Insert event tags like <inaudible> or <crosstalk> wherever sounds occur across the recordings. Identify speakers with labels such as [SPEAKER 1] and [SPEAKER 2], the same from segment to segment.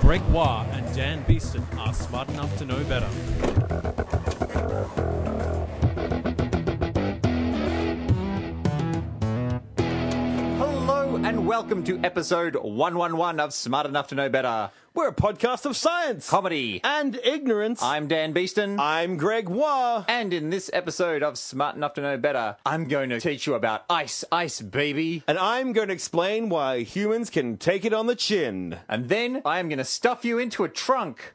[SPEAKER 1] Greg Waugh and Dan Beeston are smart enough to know better.
[SPEAKER 2] Hello and welcome to episode 111 of Smart Enough to Know Better
[SPEAKER 3] We're a podcast of science
[SPEAKER 2] Comedy.
[SPEAKER 3] and ignorance.
[SPEAKER 2] I'm Dan Beeston.
[SPEAKER 3] I'm Greg Waugh.
[SPEAKER 2] and in this episode of Smart Enough to Know Better, I'm going to teach you about ice, ice, baby.
[SPEAKER 3] And I'm going to explain why humans can take it on the chin. <laughs>
[SPEAKER 2] And then I am going to stuff you into a trunk.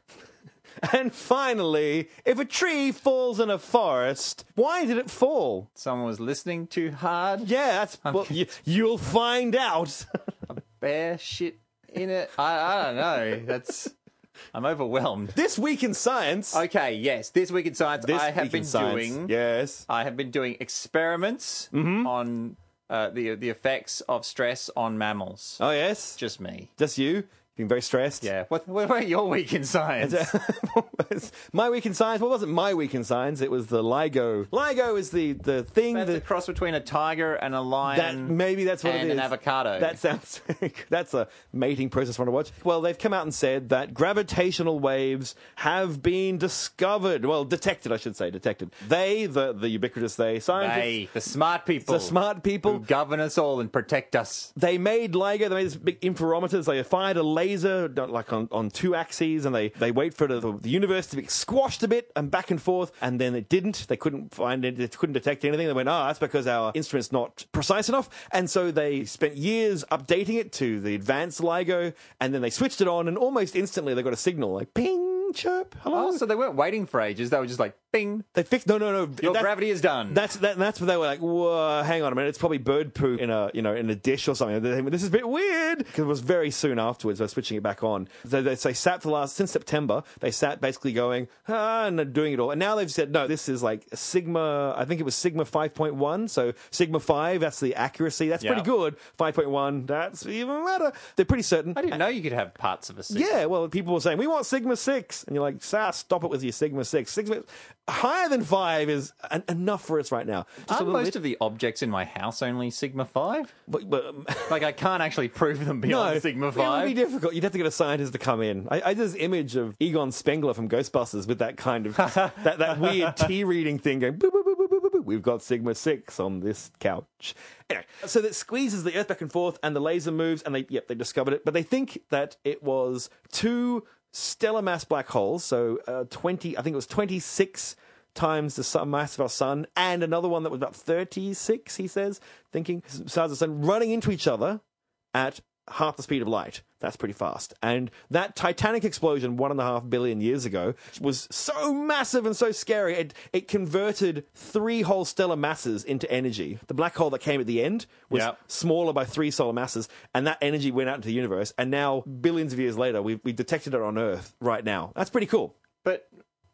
[SPEAKER 3] And finally, if a tree falls in a forest, why did it fall?
[SPEAKER 2] Someone was listening too hard.
[SPEAKER 3] Yeah, that's. Well, you, you'll find out. <laughs>
[SPEAKER 2] Bear shit in it. I, I don't know. That's. I'm overwhelmed.
[SPEAKER 3] this week in science.
[SPEAKER 2] Okay, yes. This week in science,
[SPEAKER 3] this
[SPEAKER 2] I have
[SPEAKER 3] week
[SPEAKER 2] been
[SPEAKER 3] in science, Mm-hmm.
[SPEAKER 2] doing.
[SPEAKER 3] Yes.
[SPEAKER 2] I have been doing experiments on uh, the the effects of stress on mammals.
[SPEAKER 3] Oh, yes.
[SPEAKER 2] Just
[SPEAKER 3] Just,
[SPEAKER 2] me.
[SPEAKER 3] you. Being very stressed.
[SPEAKER 2] Yeah. What, what about your week in science?
[SPEAKER 3] <laughs> my week in science. What wasn't my week in science? It was the LIGO. LIGO is the the thing
[SPEAKER 2] That's
[SPEAKER 3] that
[SPEAKER 2] a cross between a tiger and a
[SPEAKER 3] That
[SPEAKER 2] lion.
[SPEAKER 3] maybe that's what
[SPEAKER 2] and
[SPEAKER 3] it is.
[SPEAKER 2] an avocado.
[SPEAKER 3] That sounds. <laughs> that's a mating process I want to watch. Well, they've come out and said that gravitational waves have been discovered. Well, detected, I should say, detected. They, the the ubiquitous they
[SPEAKER 2] they,
[SPEAKER 3] scientists,
[SPEAKER 2] the smart people,
[SPEAKER 3] the smart
[SPEAKER 2] who
[SPEAKER 3] people.
[SPEAKER 2] govern us all and protect us.
[SPEAKER 3] They made LIGO, they made this big interferometers, they fired a laser not like on, on two axes and they, they wait for the, the universe to be squashed a bit and back and forth and then it didn't. They couldn't find it, they couldn't detect anything. They went, ah, that's because our instrument's not precise enough. And so they spent years updating it to the advanced LIGO and then they switched it on and almost instantly they got a signal like ping, chirp, hello.
[SPEAKER 2] Oh, so they weren't waiting for ages. They were just like, bing,
[SPEAKER 3] They fixed no, no, no.
[SPEAKER 2] your
[SPEAKER 3] that's-
[SPEAKER 2] gravity is done.
[SPEAKER 3] That's that, that's where they were like, whoa, hang on a minute, it's probably bird poo in a you know in a dish or something. They- This is a bit weird because it was very soon afterwards. They're switching it back on. So they, they sat for the last since September. They sat basically going ah, and doing it all. And now they've said no, this is like Sigma. I think it was Sigma five point one. So Sigma five, that's the accuracy. That's
[SPEAKER 2] Yeah.
[SPEAKER 3] pretty good. Five point one, that's even better. They're pretty certain.
[SPEAKER 2] I didn't know you could have parts of a city.
[SPEAKER 3] Yeah, well, people were saying we want Sigma six, and you're like, Sah, stop it with your Sigma six. Sigma higher than five is en- enough for us right now. Just a
[SPEAKER 2] Aren't
[SPEAKER 3] little
[SPEAKER 2] most
[SPEAKER 3] bit.
[SPEAKER 2] of the objects in my house only Sigma 5?
[SPEAKER 3] But, but, um, <laughs>
[SPEAKER 2] Like, I can't actually prove them
[SPEAKER 3] no,
[SPEAKER 2] beyond Sigma
[SPEAKER 3] It would
[SPEAKER 2] 5.
[SPEAKER 3] be difficult. You'd have to get a scientist to come in. I, I had this image of Egon Spengler from Ghostbusters with that
[SPEAKER 2] <laughs>
[SPEAKER 3] kind of that, that weird tea reading thing going. Boop, boop, boop, boop, boop, boop, boop. We've got Sigma six on this couch. Anyway, so that squeezes the Earth back and forth, and the laser moves, and they yep they discovered it, but they think that it was two stellar mass black holes. So uh, twenty, I think it was twenty six times the sun, mass of our sun, and another one that was about thirty six. He says, thinking size of the sun running into each other at half the speed of light. That's pretty fast. And that Titanic explosion one and a half billion years ago was so massive and so scary. It, it converted three whole stellar masses into energy. The black hole that came at the end was
[SPEAKER 2] Yep.
[SPEAKER 3] smaller by three solar masses, and that energy went out into the universe. And now, billions of years later, we've, we detected it on Earth right now. That's pretty cool.
[SPEAKER 2] But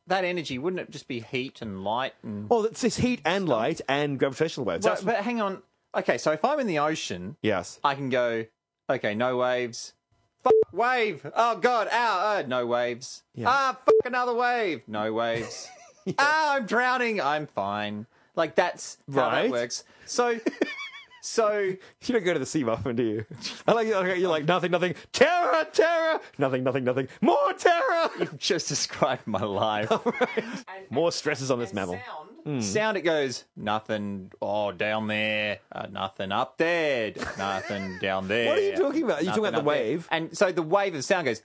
[SPEAKER 2] that energy, wouldn't it just be heat and light and
[SPEAKER 3] Well, Oh, it's this heat and light and gravitational waves.
[SPEAKER 2] But,
[SPEAKER 3] That's-
[SPEAKER 2] but hang on. Okay, so if I'm in the ocean,
[SPEAKER 3] yes.
[SPEAKER 2] I can go, okay, no waves. F- wave. Oh, God. Ow. Uh, no waves. Ah, f- another wave. No
[SPEAKER 3] <laughs>
[SPEAKER 2] waves. Ah, I'm drowning. I'm fine. Like, that's how that
[SPEAKER 3] Right.
[SPEAKER 2] works. So,
[SPEAKER 3] <laughs>
[SPEAKER 2] so
[SPEAKER 3] You don't go to the sea muffin, do you? <laughs> I like you're like nothing, nothing, terror, terror, nothing, nothing, nothing, more terror.
[SPEAKER 2] just described my life.
[SPEAKER 3] <laughs> More stresses on this mammal.
[SPEAKER 2] Sound,
[SPEAKER 3] Hmm.
[SPEAKER 2] sound, it goes nothing. Oh, down there, uh, nothing up there,
[SPEAKER 3] <laughs>
[SPEAKER 2] nothing down there.
[SPEAKER 3] What are you talking about? You're talking
[SPEAKER 2] nothing
[SPEAKER 3] about the
[SPEAKER 2] up there.
[SPEAKER 3] wave?
[SPEAKER 2] and so the wave of sound goes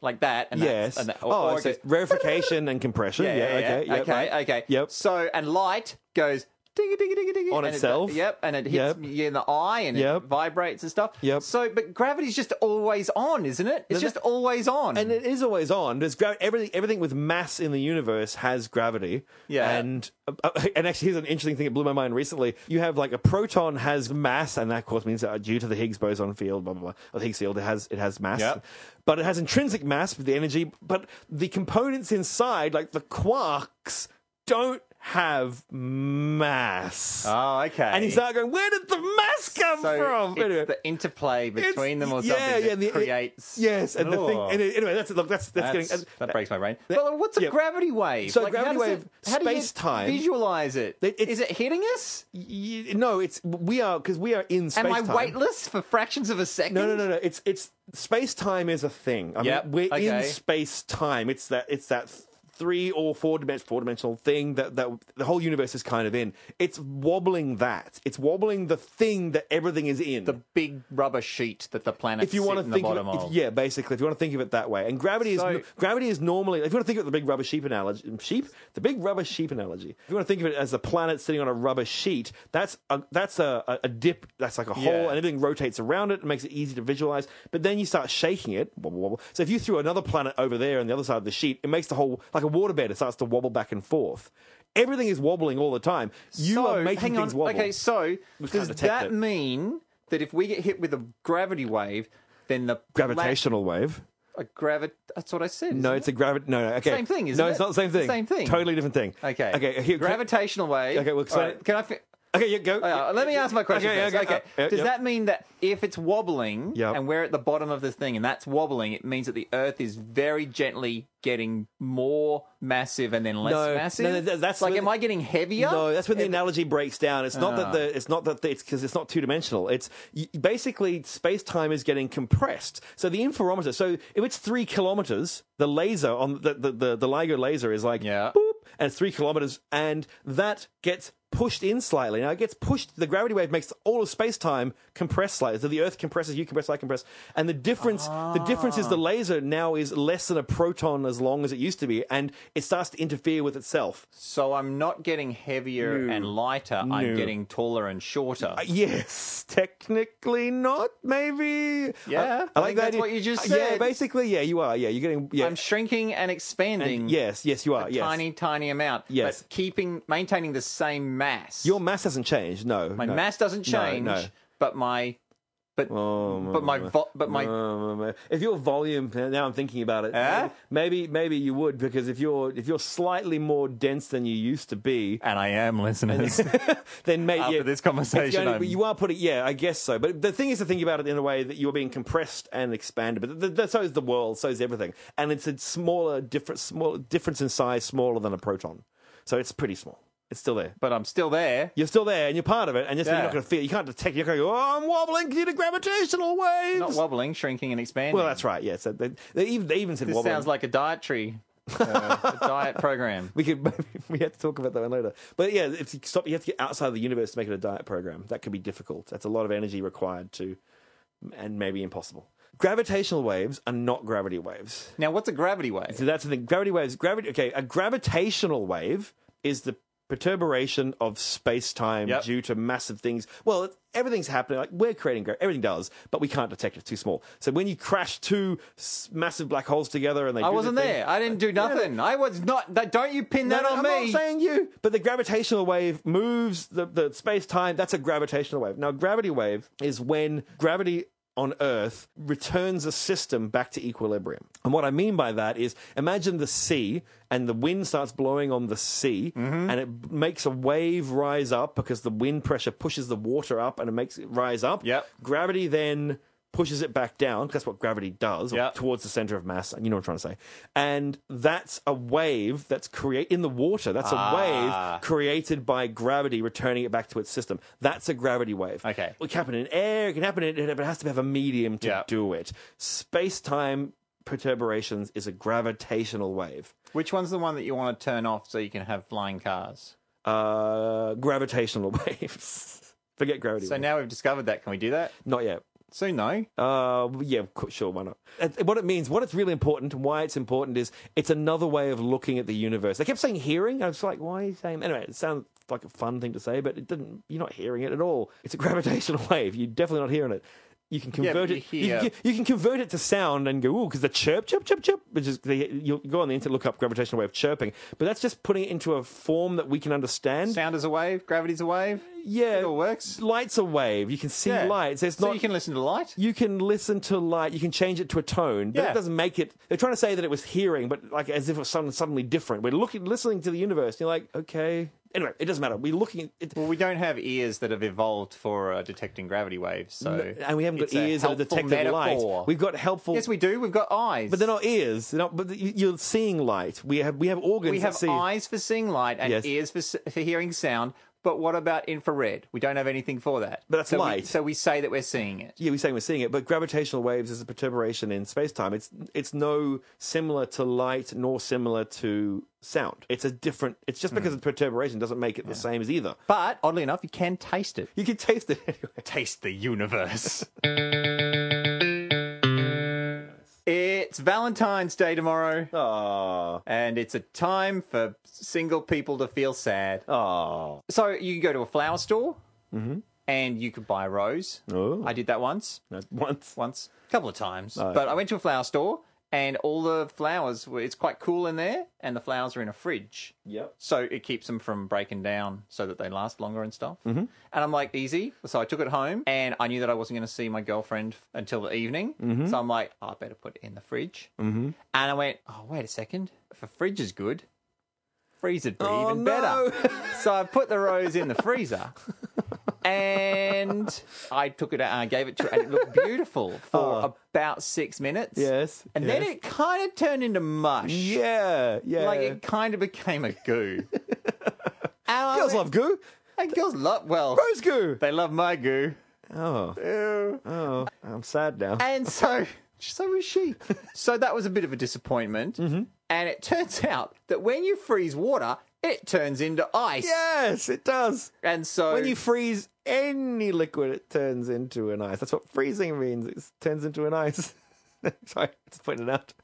[SPEAKER 2] like that. And
[SPEAKER 3] Yes.
[SPEAKER 2] That's, and that,
[SPEAKER 3] oh,
[SPEAKER 2] or
[SPEAKER 3] it's
[SPEAKER 2] it goes-
[SPEAKER 3] just rarefication and compression. <laughs> Yeah, okay, yep,
[SPEAKER 2] okay,
[SPEAKER 3] right.
[SPEAKER 2] okay.
[SPEAKER 3] Yep.
[SPEAKER 2] So and light goes. Ding, ding, ding, ding,
[SPEAKER 3] On itself?
[SPEAKER 2] yep, and it hits
[SPEAKER 3] Yep.
[SPEAKER 2] you in the eye, and
[SPEAKER 3] Yep.
[SPEAKER 2] it vibrates and stuff.
[SPEAKER 3] Yep.
[SPEAKER 2] So, but gravity's just always on, isn't it? It's just always on.
[SPEAKER 3] And it is always on. There's gravi- everything. Everything with mass in the universe has gravity.
[SPEAKER 2] Yeah.
[SPEAKER 3] And uh, <laughs> and actually, here's an interesting thing that blew my mind recently. You have like a proton has mass, and that of course means that uh, due to the Higgs boson field, blah blah blah, or the Higgs field, it has it has mass.
[SPEAKER 2] Yep.
[SPEAKER 3] But it has intrinsic mass with the energy. But the components inside, like the quarks, don't have mass.
[SPEAKER 2] Oh, okay.
[SPEAKER 3] and you start going, where did the mass come
[SPEAKER 2] so
[SPEAKER 3] from?
[SPEAKER 2] It's
[SPEAKER 3] Anyway.
[SPEAKER 2] the interplay
[SPEAKER 3] It's-
[SPEAKER 2] between them or
[SPEAKER 3] yeah,
[SPEAKER 2] something
[SPEAKER 3] yeah,
[SPEAKER 2] that
[SPEAKER 3] the- it-
[SPEAKER 2] creates.
[SPEAKER 3] yes, and the thing.
[SPEAKER 2] Oh.
[SPEAKER 3] and it- anyway, that's it. Look, that's that's,
[SPEAKER 2] That's-
[SPEAKER 3] getting.
[SPEAKER 2] that breaks my brain.
[SPEAKER 3] that-
[SPEAKER 2] well, what's a
[SPEAKER 3] yeah.
[SPEAKER 2] gravity wave?
[SPEAKER 3] So
[SPEAKER 2] how
[SPEAKER 3] gravity
[SPEAKER 2] does
[SPEAKER 3] wave,
[SPEAKER 2] it- how do you
[SPEAKER 3] space-time-
[SPEAKER 2] Visualize it. Is
[SPEAKER 3] It- it's-
[SPEAKER 2] it hitting us?
[SPEAKER 3] y- no, it's we are because we are in space.
[SPEAKER 2] Am I weightless for fractions of a second?
[SPEAKER 3] No, no, no, no. It's it's space time is a thing. I
[SPEAKER 2] Yep,
[SPEAKER 3] mean, we're in
[SPEAKER 2] okay.
[SPEAKER 3] space time. It's that it's that three or four dimension four dimensional thing that that the whole universe is kind of in. It's wobbling that. It's wobbling the thing that everything is in.
[SPEAKER 2] The big rubber sheet that the planet.
[SPEAKER 3] if you want to
[SPEAKER 2] in
[SPEAKER 3] think,
[SPEAKER 2] the
[SPEAKER 3] of it,
[SPEAKER 2] bottom
[SPEAKER 3] if-
[SPEAKER 2] of.
[SPEAKER 3] yeah, basically, if you want to think of it that way, and gravity is
[SPEAKER 2] So-
[SPEAKER 3] n- gravity is normally, if you want to think of the big rubber sheep analogy, sheep, the big rubber sheep analogy. If you want to think of it as a planet sitting on a rubber sheet, that's a that's a, a, a dip, that's like a hole,
[SPEAKER 2] Yeah.
[SPEAKER 3] and everything rotates around it, and makes it easy to visualize. But then you start shaking it, wobble wobble. So if you threw another planet over there on the other side of the sheet, it makes the whole like a waterbed. It starts to wobble back and forth. Everything is wobbling all the time. You
[SPEAKER 2] so,
[SPEAKER 3] are making
[SPEAKER 2] hang on.
[SPEAKER 3] things wobble.
[SPEAKER 2] Okay, so
[SPEAKER 3] We've
[SPEAKER 2] does
[SPEAKER 3] kinda detected
[SPEAKER 2] that
[SPEAKER 3] it.
[SPEAKER 2] mean that if we get hit with a gravity wave, then the pla-
[SPEAKER 3] Gravitational wave.
[SPEAKER 2] a gravit? That's what I said.
[SPEAKER 3] No,
[SPEAKER 2] isn't
[SPEAKER 3] it's a gravity. No, no, okay.
[SPEAKER 2] Same thing, isn't
[SPEAKER 3] No, it's
[SPEAKER 2] it?
[SPEAKER 3] not the same
[SPEAKER 2] It's the
[SPEAKER 3] thing.
[SPEAKER 2] same thing.
[SPEAKER 3] Totally different thing.
[SPEAKER 2] it? okay.
[SPEAKER 3] Okay. Here,
[SPEAKER 2] gravitational wave.
[SPEAKER 3] Okay, well,
[SPEAKER 2] All
[SPEAKER 3] so-
[SPEAKER 2] right, can I? Fi-
[SPEAKER 3] Okay. Yeah. Go.
[SPEAKER 2] Uh, let me ask my question.
[SPEAKER 3] Okay.
[SPEAKER 2] first.
[SPEAKER 3] Okay.
[SPEAKER 2] okay.
[SPEAKER 3] uh, uh,
[SPEAKER 2] Does
[SPEAKER 3] yep.
[SPEAKER 2] that mean that if it's wobbling
[SPEAKER 3] Yep.
[SPEAKER 2] and we're at the bottom of this thing and that's wobbling, it means that the Earth is very gently getting more massive and then less
[SPEAKER 3] No,
[SPEAKER 2] massive?
[SPEAKER 3] no, no, that's
[SPEAKER 2] like,
[SPEAKER 3] when-
[SPEAKER 2] am I getting heavier? Ah.
[SPEAKER 3] No, that's when the
[SPEAKER 2] Am-
[SPEAKER 3] analogy breaks down. It's not that the it's not that the, it's because it's not two dimensional. It's y- basically space time is getting compressed. So the interferometer. So if it's three kilometers, the laser on the the the, the LIGO laser is like
[SPEAKER 2] Yeah.
[SPEAKER 3] boop, and it's three kilometers, and that gets pushed in slightly. Now it gets pushed. The gravity wave makes all of space time compress slightly. So the Earth compresses, you compress, I compress, and the difference. The difference is the
[SPEAKER 2] Ah.
[SPEAKER 3] laser now is less than a proton as long as it used to be, and it starts to interfere with itself.
[SPEAKER 2] So I'm not getting heavier and lighter. I'm getting taller and shorter.
[SPEAKER 3] Uh, Yes, <laughs> technically not. Maybe. Uh,
[SPEAKER 2] Yeah, I think that's
[SPEAKER 3] idea.
[SPEAKER 2] what you just
[SPEAKER 3] Yeah,
[SPEAKER 2] said.
[SPEAKER 3] basically, yeah, you are. Yeah, you're getting. Yeah,
[SPEAKER 2] I'm shrinking and expanding.
[SPEAKER 3] yes, yes, you are. yes,
[SPEAKER 2] Tiny, tiny amount.
[SPEAKER 3] Yes.
[SPEAKER 2] But keeping, maintaining the same mass.
[SPEAKER 3] your mass hasn't changed. No,
[SPEAKER 2] my
[SPEAKER 3] no.
[SPEAKER 2] mass doesn't
[SPEAKER 3] No,
[SPEAKER 2] change,
[SPEAKER 3] no.
[SPEAKER 2] but my, but,
[SPEAKER 3] Oh,
[SPEAKER 2] but my, vo- but my
[SPEAKER 3] Um, if your volume now I'm thinking about it
[SPEAKER 2] Eh?
[SPEAKER 3] maybe maybe you would because if you're if you're slightly more dense than you used
[SPEAKER 2] <laughs>
[SPEAKER 3] to be <laughs>
[SPEAKER 2] And I am, listeners.
[SPEAKER 3] then maybe
[SPEAKER 2] After
[SPEAKER 3] yeah,
[SPEAKER 2] this
[SPEAKER 3] It's
[SPEAKER 2] conversation,
[SPEAKER 3] going to
[SPEAKER 2] I'm-
[SPEAKER 3] be- you are putting, yeah, I guess so. But the thing is to think about it in a way that you're being compressed and expanded. But th- th- so is the world, so is everything, and it's a smaller difference, small difference in size, smaller than a proton. So it's pretty small. It's still there.
[SPEAKER 2] but I'm still there.
[SPEAKER 3] You're still there, and you're part of it, and you're, you're
[SPEAKER 2] Yeah.
[SPEAKER 3] not going to feel. You can't detect. You're going to go. Oh, I'm wobbling due to gravitational waves.
[SPEAKER 2] Not wobbling, shrinking, and expanding.
[SPEAKER 3] well, that's right. Yeah, so they, they even they even said
[SPEAKER 2] This
[SPEAKER 3] wobbling.
[SPEAKER 2] sounds like a dietary uh, a
[SPEAKER 3] <laughs>
[SPEAKER 2] diet program.
[SPEAKER 3] we could we have to talk about that one later. But yeah, if you stop, you have to get outside of the universe to make it a diet program. That could be difficult. That's a lot of energy required to, and maybe impossible. Gravitational waves are not gravity waves.
[SPEAKER 2] Now, what's a gravity wave?
[SPEAKER 3] So that's the thing. Gravity waves. Gravity. Okay, a gravitational wave is the perturbation of space time
[SPEAKER 2] Yep.
[SPEAKER 3] due to massive things. Well, it- everything's happening. Like we're creating gra- everything does, but we can't detect it. It's too small. So when you crash two s- massive black holes together, and they
[SPEAKER 2] I
[SPEAKER 3] do the
[SPEAKER 2] wasn't
[SPEAKER 3] thing-
[SPEAKER 2] there. I didn't do nothing. I was not. That, don't you pin that
[SPEAKER 3] no,
[SPEAKER 2] on
[SPEAKER 3] I'm
[SPEAKER 2] me.
[SPEAKER 3] not saying you, but the gravitational wave moves the, the space time. That's a gravitational wave. Now, a gravity wave is when gravity on Earth returns a system back to equilibrium. And what I mean by that is imagine the sea and the wind starts blowing on the sea
[SPEAKER 2] Mm-hmm.
[SPEAKER 3] and it makes a wave rise up because the wind pressure pushes the water up and it makes it rise up.
[SPEAKER 2] Yep.
[SPEAKER 3] Gravity then pushes it back down. 'cause That's what gravity does, or
[SPEAKER 2] Yep.
[SPEAKER 3] towards the center of mass. You know what I'm trying to say. And that's a wave that's create in the water. That's a
[SPEAKER 2] Ah.
[SPEAKER 3] wave created by gravity returning it back to its system. That's a gravity wave.
[SPEAKER 2] Okay.
[SPEAKER 3] It can happen in air, it can happen in but it has to have a medium to
[SPEAKER 2] Yeah.
[SPEAKER 3] do it. Space time perturbations is a gravitational wave.
[SPEAKER 2] Which one's the one that you want to turn off so you can have flying cars?
[SPEAKER 3] Uh, gravitational <laughs> waves. Forget gravity.
[SPEAKER 2] So
[SPEAKER 3] waves.
[SPEAKER 2] now we've discovered that. Can we do that
[SPEAKER 3] Not yet.
[SPEAKER 2] soon, though?
[SPEAKER 3] Uh, yeah, of course, sure, why not? And What it means, what it's really important, and why it's important is it's another way of looking at the universe. They kept saying hearing, and I was like, why are you saying? Anyway, it sounds <laughs> like a fun thing to say, but it didn't. You're not hearing it at all. It's a gravitational wave. You're definitely not hearing it. You can convert
[SPEAKER 2] but you
[SPEAKER 3] it. You can,
[SPEAKER 2] hear-
[SPEAKER 3] you can convert it to sound and go ooh because the chirp chirp chirp chirp. Which is they, you'll go on the internet look up gravitational wave chirping, but that's just putting it into a form that we can understand.
[SPEAKER 2] Sound is a wave, gravity's a wave.
[SPEAKER 3] yeah,
[SPEAKER 2] it all works.
[SPEAKER 3] Light's a wave. You can see
[SPEAKER 2] Yeah.
[SPEAKER 3] lights. It's
[SPEAKER 2] so
[SPEAKER 3] not
[SPEAKER 2] you can listen to light.
[SPEAKER 3] you can listen to light, you can change it to a tone, but
[SPEAKER 2] Yeah.
[SPEAKER 3] it doesn't make it. They're trying to say that it was hearing, but like as if it was something suddenly different. We're looking, listening to the universe, and you're like, okay. Anyway, it doesn't matter. We're looking at it,
[SPEAKER 2] Well, we don't have ears that have evolved for uh, detecting gravity waves, so
[SPEAKER 3] and we haven't got
[SPEAKER 2] it's a
[SPEAKER 3] ears that are
[SPEAKER 2] helpful
[SPEAKER 3] detecting
[SPEAKER 2] metaphor.
[SPEAKER 3] light. We've got helpful.
[SPEAKER 2] yes, we do. We've got eyes,
[SPEAKER 3] but they're not ears. They're not, but you- you're seeing light. We have we have organs.
[SPEAKER 2] we
[SPEAKER 3] that
[SPEAKER 2] have
[SPEAKER 3] see.
[SPEAKER 2] eyes for seeing light and
[SPEAKER 3] Yes.
[SPEAKER 2] ears for, s- for hearing sound. But what about infrared? We don't have anything for that.
[SPEAKER 3] But that's
[SPEAKER 2] so we-
[SPEAKER 3] light.
[SPEAKER 2] so we say that we're seeing it.
[SPEAKER 3] Yeah, we're saying we're seeing it, but gravitational waves is a perturbation in space time. It's it's no similar to light nor similar to sound. It's a different. It's just
[SPEAKER 2] Hmm.
[SPEAKER 3] because it's perturbation doesn't make it the same as either.
[SPEAKER 2] But oddly enough, you can taste it.
[SPEAKER 3] You can taste it <laughs> anyway.
[SPEAKER 2] taste the universe. <laughs> It's Valentine's Day tomorrow,
[SPEAKER 3] Aww.
[SPEAKER 2] and it's a time for single people to feel sad.
[SPEAKER 3] Aww.
[SPEAKER 2] So you can go to a flower store,
[SPEAKER 3] Mm-hmm.
[SPEAKER 2] and you could buy a rose.
[SPEAKER 3] Oh.
[SPEAKER 2] I did that once,
[SPEAKER 3] Once.
[SPEAKER 2] once, a couple of times. But I went to a flower store, and all the flowers were. It's quite cool in there, and the flowers are in a fridge.
[SPEAKER 3] Yep.
[SPEAKER 2] So it keeps them from breaking down so that they last longer and stuff. Mm-hmm. And I'm like, easy. So I took it home and I knew that I wasn't going to see my girlfriend until the evening.
[SPEAKER 3] Mm-hmm.
[SPEAKER 2] So I'm like, oh, I better put it in the fridge. Mm-hmm. And I went, oh, wait a second. If a fridge is good, freeze it be
[SPEAKER 3] Oh,
[SPEAKER 2] even
[SPEAKER 3] no.
[SPEAKER 2] better. <laughs> so I put the rose in the freezer. and I took it out and I gave it to her, and it looked beautiful
[SPEAKER 3] <laughs>
[SPEAKER 2] for about six minutes.
[SPEAKER 3] Oh. Yes.
[SPEAKER 2] And then it kind of turned into mush.
[SPEAKER 3] Yeah. Yeah.
[SPEAKER 2] Like it kind of became a <laughs> goo. and I
[SPEAKER 3] Girls
[SPEAKER 2] went-
[SPEAKER 3] love goo.
[SPEAKER 2] and girls love well,
[SPEAKER 3] Rose goo.
[SPEAKER 2] they love my goo.
[SPEAKER 3] Oh.
[SPEAKER 2] Ew.
[SPEAKER 3] Oh. I'm sad now.
[SPEAKER 2] <laughs> And so, so was she. <laughs> Mm-hmm. So that was a bit of a disappointment. And it turns <laughs> out that when you freeze water, it turns into ice.
[SPEAKER 3] Yes, it does.
[SPEAKER 2] And so
[SPEAKER 3] When you freeze any liquid, it turns into an ice. That's what freezing means. It turns into an ice. <laughs> Sorry, just pointed out.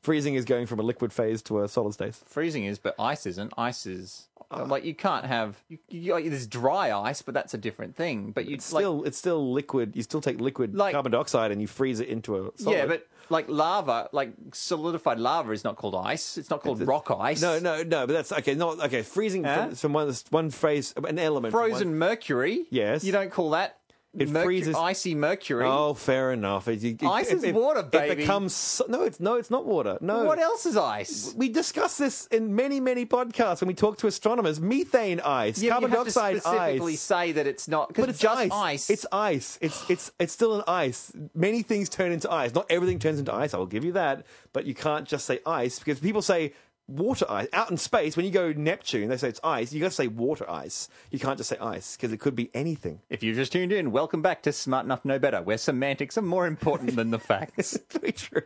[SPEAKER 3] Freezing is going from a liquid phase to a solid state.
[SPEAKER 2] freezing is, but ice isn't. Ice is like you can't have you, you, like, there's dry ice, but that's a different thing. But you
[SPEAKER 3] It's
[SPEAKER 2] like,
[SPEAKER 3] still, it's still liquid. You still take liquid
[SPEAKER 2] Like-
[SPEAKER 3] carbon dioxide and you freeze it into a solid.
[SPEAKER 2] yeah, but like lava, like solidified lava is not called ice. It's not called rock ice.
[SPEAKER 3] No, no, no. But that's okay. Not okay. Freezing
[SPEAKER 2] Huh?
[SPEAKER 3] from, from one one phrase, an element. from one-
[SPEAKER 2] frozen mercury.
[SPEAKER 3] Yes.
[SPEAKER 2] You don't call that
[SPEAKER 3] It
[SPEAKER 2] mercu-
[SPEAKER 3] freezes-
[SPEAKER 2] icy mercury.
[SPEAKER 3] Oh, fair enough. It, it-
[SPEAKER 2] Ice is water,
[SPEAKER 3] It
[SPEAKER 2] baby.
[SPEAKER 3] becomes so- no. It's no. It's not water. No.
[SPEAKER 2] What else is ice?
[SPEAKER 3] We discuss this in many, many podcasts when we talk to astronomers. Methane ice,
[SPEAKER 2] Yeah, but
[SPEAKER 3] carbon
[SPEAKER 2] you have
[SPEAKER 3] dioxide
[SPEAKER 2] to specifically
[SPEAKER 3] ice.
[SPEAKER 2] say that it's not because
[SPEAKER 3] But it's
[SPEAKER 2] just ice.
[SPEAKER 3] It's ice. It's it's it's still an ice. Many things turn into ice. Not everything turns into ice. I will give you that. But you can't just say ice because people say water ice out in space. When you go Neptune, they say it's ice. You got to say water ice. You can't just say ice because it could be anything. <laughs>
[SPEAKER 2] if you've just tuned in, welcome back to Smart Enough Know Better, where semantics are more important than the <laughs> facts.
[SPEAKER 3] Very true.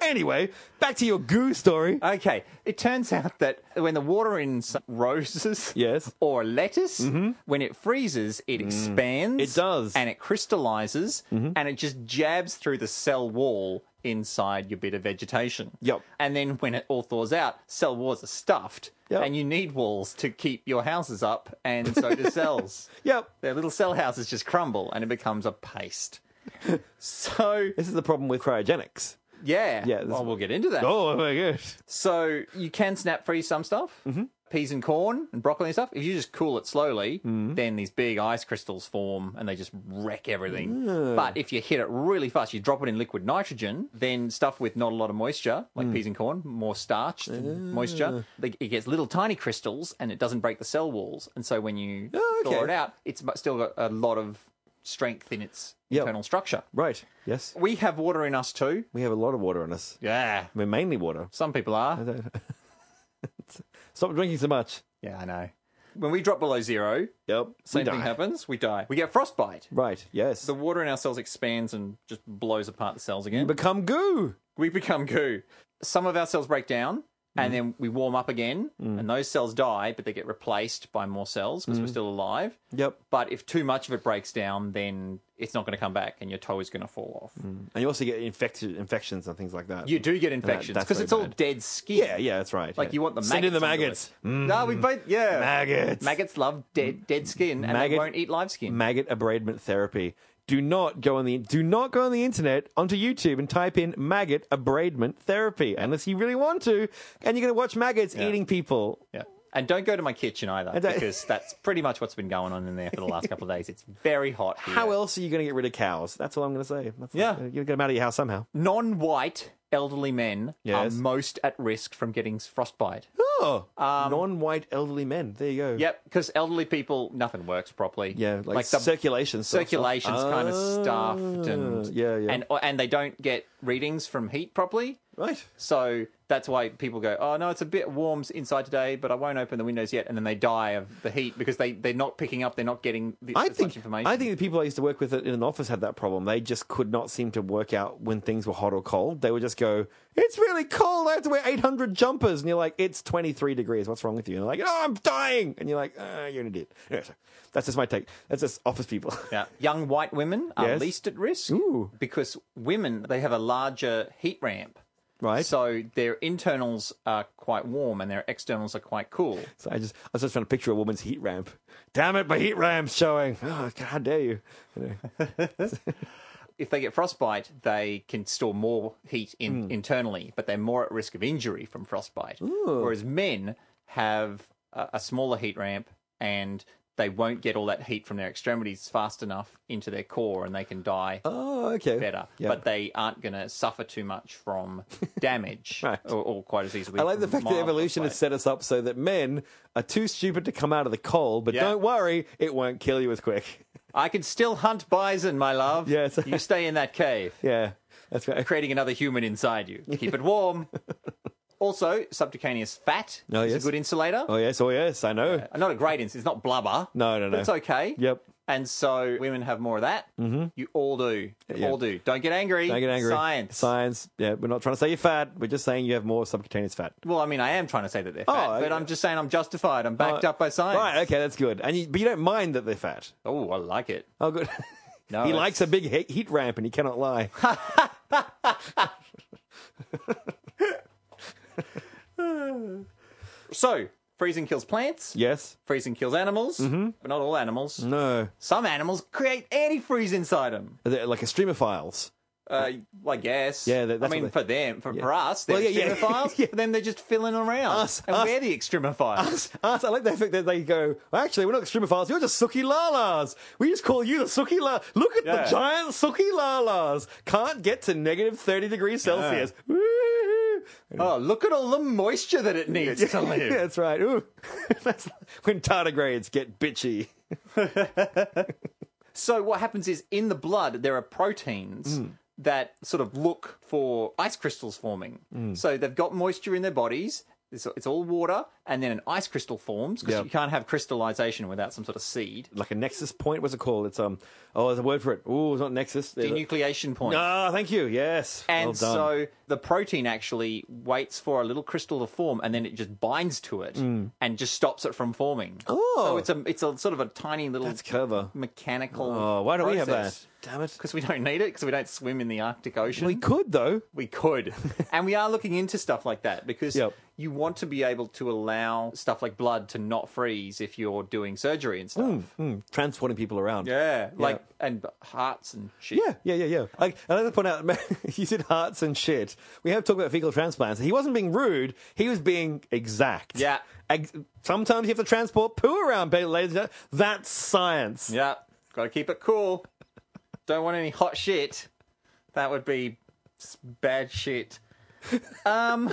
[SPEAKER 3] Anyway, back to your goo story.
[SPEAKER 2] Okay, it turns out that when the water in s- roses
[SPEAKER 3] Yes.
[SPEAKER 2] or lettuce, when it freezes, it expands.
[SPEAKER 3] Mm-hmm. Mm. It does. Mm-hmm.
[SPEAKER 2] And it crystallizes and it just jabs through the cell wall inside your bit of vegetation.
[SPEAKER 3] Yep.
[SPEAKER 2] And then when it all thaws out, cell walls are stuffed.
[SPEAKER 3] Yep.
[SPEAKER 2] And you need walls to keep your houses up, and so do
[SPEAKER 3] <laughs>
[SPEAKER 2] cells.
[SPEAKER 3] Yep.
[SPEAKER 2] Their little cell houses just crumble and it becomes a
[SPEAKER 3] <laughs>
[SPEAKER 2] paste. So,
[SPEAKER 3] This is the problem with cryogenics.
[SPEAKER 2] yeah.
[SPEAKER 3] Yeah, this-
[SPEAKER 2] well, we'll get into that.
[SPEAKER 3] Oh my gosh.
[SPEAKER 2] So you can snap freeze some stuff,
[SPEAKER 3] Mm-hmm.
[SPEAKER 2] peas and corn and broccoli and stuff. If you just cool it slowly,
[SPEAKER 3] Mm-hmm.
[SPEAKER 2] then these big ice crystals form and they just wreck everything. But if you hit it really fast, you drop it in liquid nitrogen, then stuff with not a lot of moisture, like
[SPEAKER 3] Mm.
[SPEAKER 2] peas and corn, more starch than moisture, they, it gets little tiny crystals and it doesn't break the cell walls. And so when you
[SPEAKER 3] Oh, okay.
[SPEAKER 2] thaw it out, it's mu- still got a lot of strength in its
[SPEAKER 3] Yep.
[SPEAKER 2] internal structure.
[SPEAKER 3] Right. Yes.
[SPEAKER 2] We have water in us too.
[SPEAKER 3] We have a lot of water on us.
[SPEAKER 2] Yeah.
[SPEAKER 3] I mean, mainly water.
[SPEAKER 2] Some people are.
[SPEAKER 3] Stop drinking so much.
[SPEAKER 2] Yeah, I know. When we drop below zero,
[SPEAKER 3] Yep.
[SPEAKER 2] same thing happens. We die. We get frostbite.
[SPEAKER 3] Right. Yes.
[SPEAKER 2] The water in our cells expands and just blows apart the cells
[SPEAKER 3] you
[SPEAKER 2] again.
[SPEAKER 3] become goo.
[SPEAKER 2] we become goo. Some of our cells break down and
[SPEAKER 3] Mm.
[SPEAKER 2] then we warm up again, and those cells die, but they get replaced by more cells
[SPEAKER 3] Mm.
[SPEAKER 2] because we're still alive.
[SPEAKER 3] Yep.
[SPEAKER 2] But if too much of it breaks down, then it's not going to come back and your toe is going to fall off.
[SPEAKER 3] And you also get infected infections and things like that.
[SPEAKER 2] You do get infections
[SPEAKER 3] that's
[SPEAKER 2] because
[SPEAKER 3] very
[SPEAKER 2] it's all
[SPEAKER 3] bad.
[SPEAKER 2] dead skin.
[SPEAKER 3] Yeah. Yeah. That's right.
[SPEAKER 2] Like
[SPEAKER 3] yeah.
[SPEAKER 2] you want the maggots.
[SPEAKER 3] Send in the
[SPEAKER 2] onto it.
[SPEAKER 3] maggots. Mm,
[SPEAKER 2] No, we both, yeah.
[SPEAKER 3] Maggots.
[SPEAKER 2] Maggots love dead dead skin and
[SPEAKER 3] Maggot-
[SPEAKER 2] they won't eat live skin.
[SPEAKER 3] Maggot abradement therapy. do not go on the do not go on the internet onto YouTube and type in maggot abradement therapy unless you really want to, and you're going to watch maggots eating people.
[SPEAKER 2] Yeah. And don't go to my kitchen either,
[SPEAKER 3] don't-
[SPEAKER 2] because that's pretty much what's been going on in there for the last couple of days. It's very hot. Here.
[SPEAKER 3] How else are you going to get rid of cows? That's all I'm going to say. That's
[SPEAKER 2] Yeah.
[SPEAKER 3] you're going to get them out of your house somehow.
[SPEAKER 2] non-white elderly men
[SPEAKER 3] Yes.
[SPEAKER 2] are most at risk from getting frostbite.
[SPEAKER 3] Oh,
[SPEAKER 2] Um,
[SPEAKER 3] non-white elderly men. There you go.
[SPEAKER 2] Yep, because elderly people, nothing works properly.
[SPEAKER 3] Yeah, like,
[SPEAKER 2] the
[SPEAKER 3] circulation, sort of stuff.
[SPEAKER 2] circulation's kind of stuffed, and
[SPEAKER 3] Ah, yeah, yeah,
[SPEAKER 2] and and they don't get readings from heat properly.
[SPEAKER 3] right.
[SPEAKER 2] So that's why people go, oh no, it's a bit warm inside today, but I won't open the windows yet, and then they die of the heat because they they're not picking up, they're not getting the,
[SPEAKER 3] I
[SPEAKER 2] as
[SPEAKER 3] think
[SPEAKER 2] much information.
[SPEAKER 3] I think the people I used to work with in an office had that problem. They just could not seem to work out when things were hot or cold. They would just go, "It's really cold. I have to wear 800 jumpers," and you're like, "It's 23 degrees. What's wrong with you?" And they're like, "Oh, I'm dying," and you're like, uh, "You're an idiot." Anyway, so that's just my take. That's just office people. <laughs>
[SPEAKER 2] Yeah. Young white women are
[SPEAKER 3] Yes.
[SPEAKER 2] least at risk
[SPEAKER 3] Ooh.
[SPEAKER 2] because women they have a larger heat ramp.
[SPEAKER 3] Right.
[SPEAKER 2] So their internals are quite warm and their externals are quite cool.
[SPEAKER 3] So I just I was just trying to picture a woman's heat ramp. Damn it, my heat ramp's showing. Oh, God, how dare you? Anyway.
[SPEAKER 2] If they get frostbite, they can store more heat
[SPEAKER 3] Hmm.
[SPEAKER 2] in, internally, but they're more at risk of injury from frostbite. Whereas men have a, a smaller heat ramp and they won't get all that heat from their extremities fast enough into their core and they can die
[SPEAKER 3] Oh, okay.
[SPEAKER 2] better,
[SPEAKER 3] Yeah.
[SPEAKER 2] but they aren't going to suffer too much
[SPEAKER 3] <laughs>
[SPEAKER 2] from damage
[SPEAKER 3] Right.
[SPEAKER 2] or, or quite as easily.
[SPEAKER 3] I like the fact that evolution has
[SPEAKER 2] is.
[SPEAKER 3] set us up so that men are too stupid to come out of the cold, but
[SPEAKER 2] Yeah.
[SPEAKER 3] don't worry, it won't kill you as quick.
[SPEAKER 2] I can still hunt bison, my love.
[SPEAKER 3] Yes.
[SPEAKER 2] you stay in that cave,
[SPEAKER 3] Yeah, that's right.
[SPEAKER 2] creating another human inside you. Keep it
[SPEAKER 3] <laughs>
[SPEAKER 2] warm. also, subcutaneous fat
[SPEAKER 3] Oh,
[SPEAKER 2] is
[SPEAKER 3] yes.
[SPEAKER 2] a good insulator.
[SPEAKER 3] Oh yes, oh yes, I know.
[SPEAKER 2] Not a great insulator. It's not blubber.
[SPEAKER 3] No, no,
[SPEAKER 2] but
[SPEAKER 3] no.
[SPEAKER 2] It's okay.
[SPEAKER 3] Yep.
[SPEAKER 2] And so women have more of that. Mm-hmm. You all do. You
[SPEAKER 3] Yeah.
[SPEAKER 2] All do. Don't get angry.
[SPEAKER 3] Don't get angry.
[SPEAKER 2] Science.
[SPEAKER 3] science. Yeah, we're not trying to say you're fat. We're just saying you have more subcutaneous fat.
[SPEAKER 2] Well, I mean, I am trying to say that they're fat,
[SPEAKER 3] Oh,
[SPEAKER 2] but
[SPEAKER 3] yeah.
[SPEAKER 2] I'm just saying I'm justified. I'm backed
[SPEAKER 3] Oh,
[SPEAKER 2] up by science.
[SPEAKER 3] Right. Okay, that's good. And you, but you don't mind that they're fat.
[SPEAKER 2] Oh, I like it.
[SPEAKER 3] Oh, good.
[SPEAKER 2] <laughs> No,
[SPEAKER 3] he
[SPEAKER 2] it's-
[SPEAKER 3] likes a big he- heat ramp, and he
[SPEAKER 2] <laughs>
[SPEAKER 3] cannot lie.
[SPEAKER 2] So, freezing kills plants.
[SPEAKER 3] yes.
[SPEAKER 2] Freezing kills animals,
[SPEAKER 3] Mm-hmm.
[SPEAKER 2] but not all animals.
[SPEAKER 3] No.
[SPEAKER 2] Some animals create antifreeze inside them.
[SPEAKER 3] Are they like extremophiles.
[SPEAKER 2] Uh, I guess.
[SPEAKER 3] Yeah, that- that's
[SPEAKER 2] I mean,
[SPEAKER 3] what they-
[SPEAKER 2] for them, for, for us, they're
[SPEAKER 3] Well, yeah, yeah.
[SPEAKER 2] extremophiles.
[SPEAKER 3] <laughs> Yeah.
[SPEAKER 2] For them, they're just filling around.
[SPEAKER 3] Us-
[SPEAKER 2] and
[SPEAKER 3] us-
[SPEAKER 2] we're the extremophiles.
[SPEAKER 3] Us, Ah, I like the fact that they go, actually, we're not extremophiles, you're just Suki Lalas. We just call you the Suki La. Look at
[SPEAKER 2] Yeah.
[SPEAKER 3] the giant Suki Lalas. Can't get to negative 30 degrees Celsius. Woo-hoo.
[SPEAKER 2] Oh, look at all the moisture that it needs to live.
[SPEAKER 3] <laughs> Yeah, that's right. Ooh. that's when tardigrades get bitchy.
[SPEAKER 2] So what happens is in the blood there are proteins
[SPEAKER 3] Mm.
[SPEAKER 2] that sort of look for ice crystals forming.
[SPEAKER 3] Mm.
[SPEAKER 2] So they've got moisture in their bodies. It's, it's all water, and then an ice crystal forms because
[SPEAKER 3] Yeah.
[SPEAKER 2] you can't have crystallization without some sort of seed.
[SPEAKER 3] Like a nexus point, what's it called? It's, um, oh, there's a word for it. Ooh, it's not nexus. There's a-
[SPEAKER 2] Denucleation point.
[SPEAKER 3] <laughs> Ah, thank you. Yes.
[SPEAKER 2] And
[SPEAKER 3] well done.
[SPEAKER 2] so the protein actually waits for a little crystal to form, and then it just binds to it and just stops it from forming.
[SPEAKER 3] Mm. Oh.
[SPEAKER 2] so it's a it's a sort of a tiny little
[SPEAKER 3] That's clever.
[SPEAKER 2] mechanical.
[SPEAKER 3] Oh, why don't we have that?
[SPEAKER 2] process.
[SPEAKER 3] Damn it.
[SPEAKER 2] Because we don't need it. Because we don't swim in the Arctic Ocean.
[SPEAKER 3] We could, though.
[SPEAKER 2] We could. <laughs> and we are looking into stuff like that because
[SPEAKER 3] Yep.
[SPEAKER 2] you want to be able to allow stuff like blood to not freeze if you're doing surgery and stuff.
[SPEAKER 3] Hmm, transporting people around.
[SPEAKER 2] Yeah. Like, and hearts and shit.
[SPEAKER 3] Yeah, yeah, yeah, yeah. Like, I'd like to point out, <laughs> you said hearts and shit. We have talked about fecal transplants. He wasn't being rude. He was being exact.
[SPEAKER 2] Yeah.
[SPEAKER 3] Ex- sometimes you have to transport poo around, ba- ladies and gentlemen. That's science.
[SPEAKER 2] Yeah. Got to keep it cool. Don't want any hot shit. That would be s- bad shit. Um.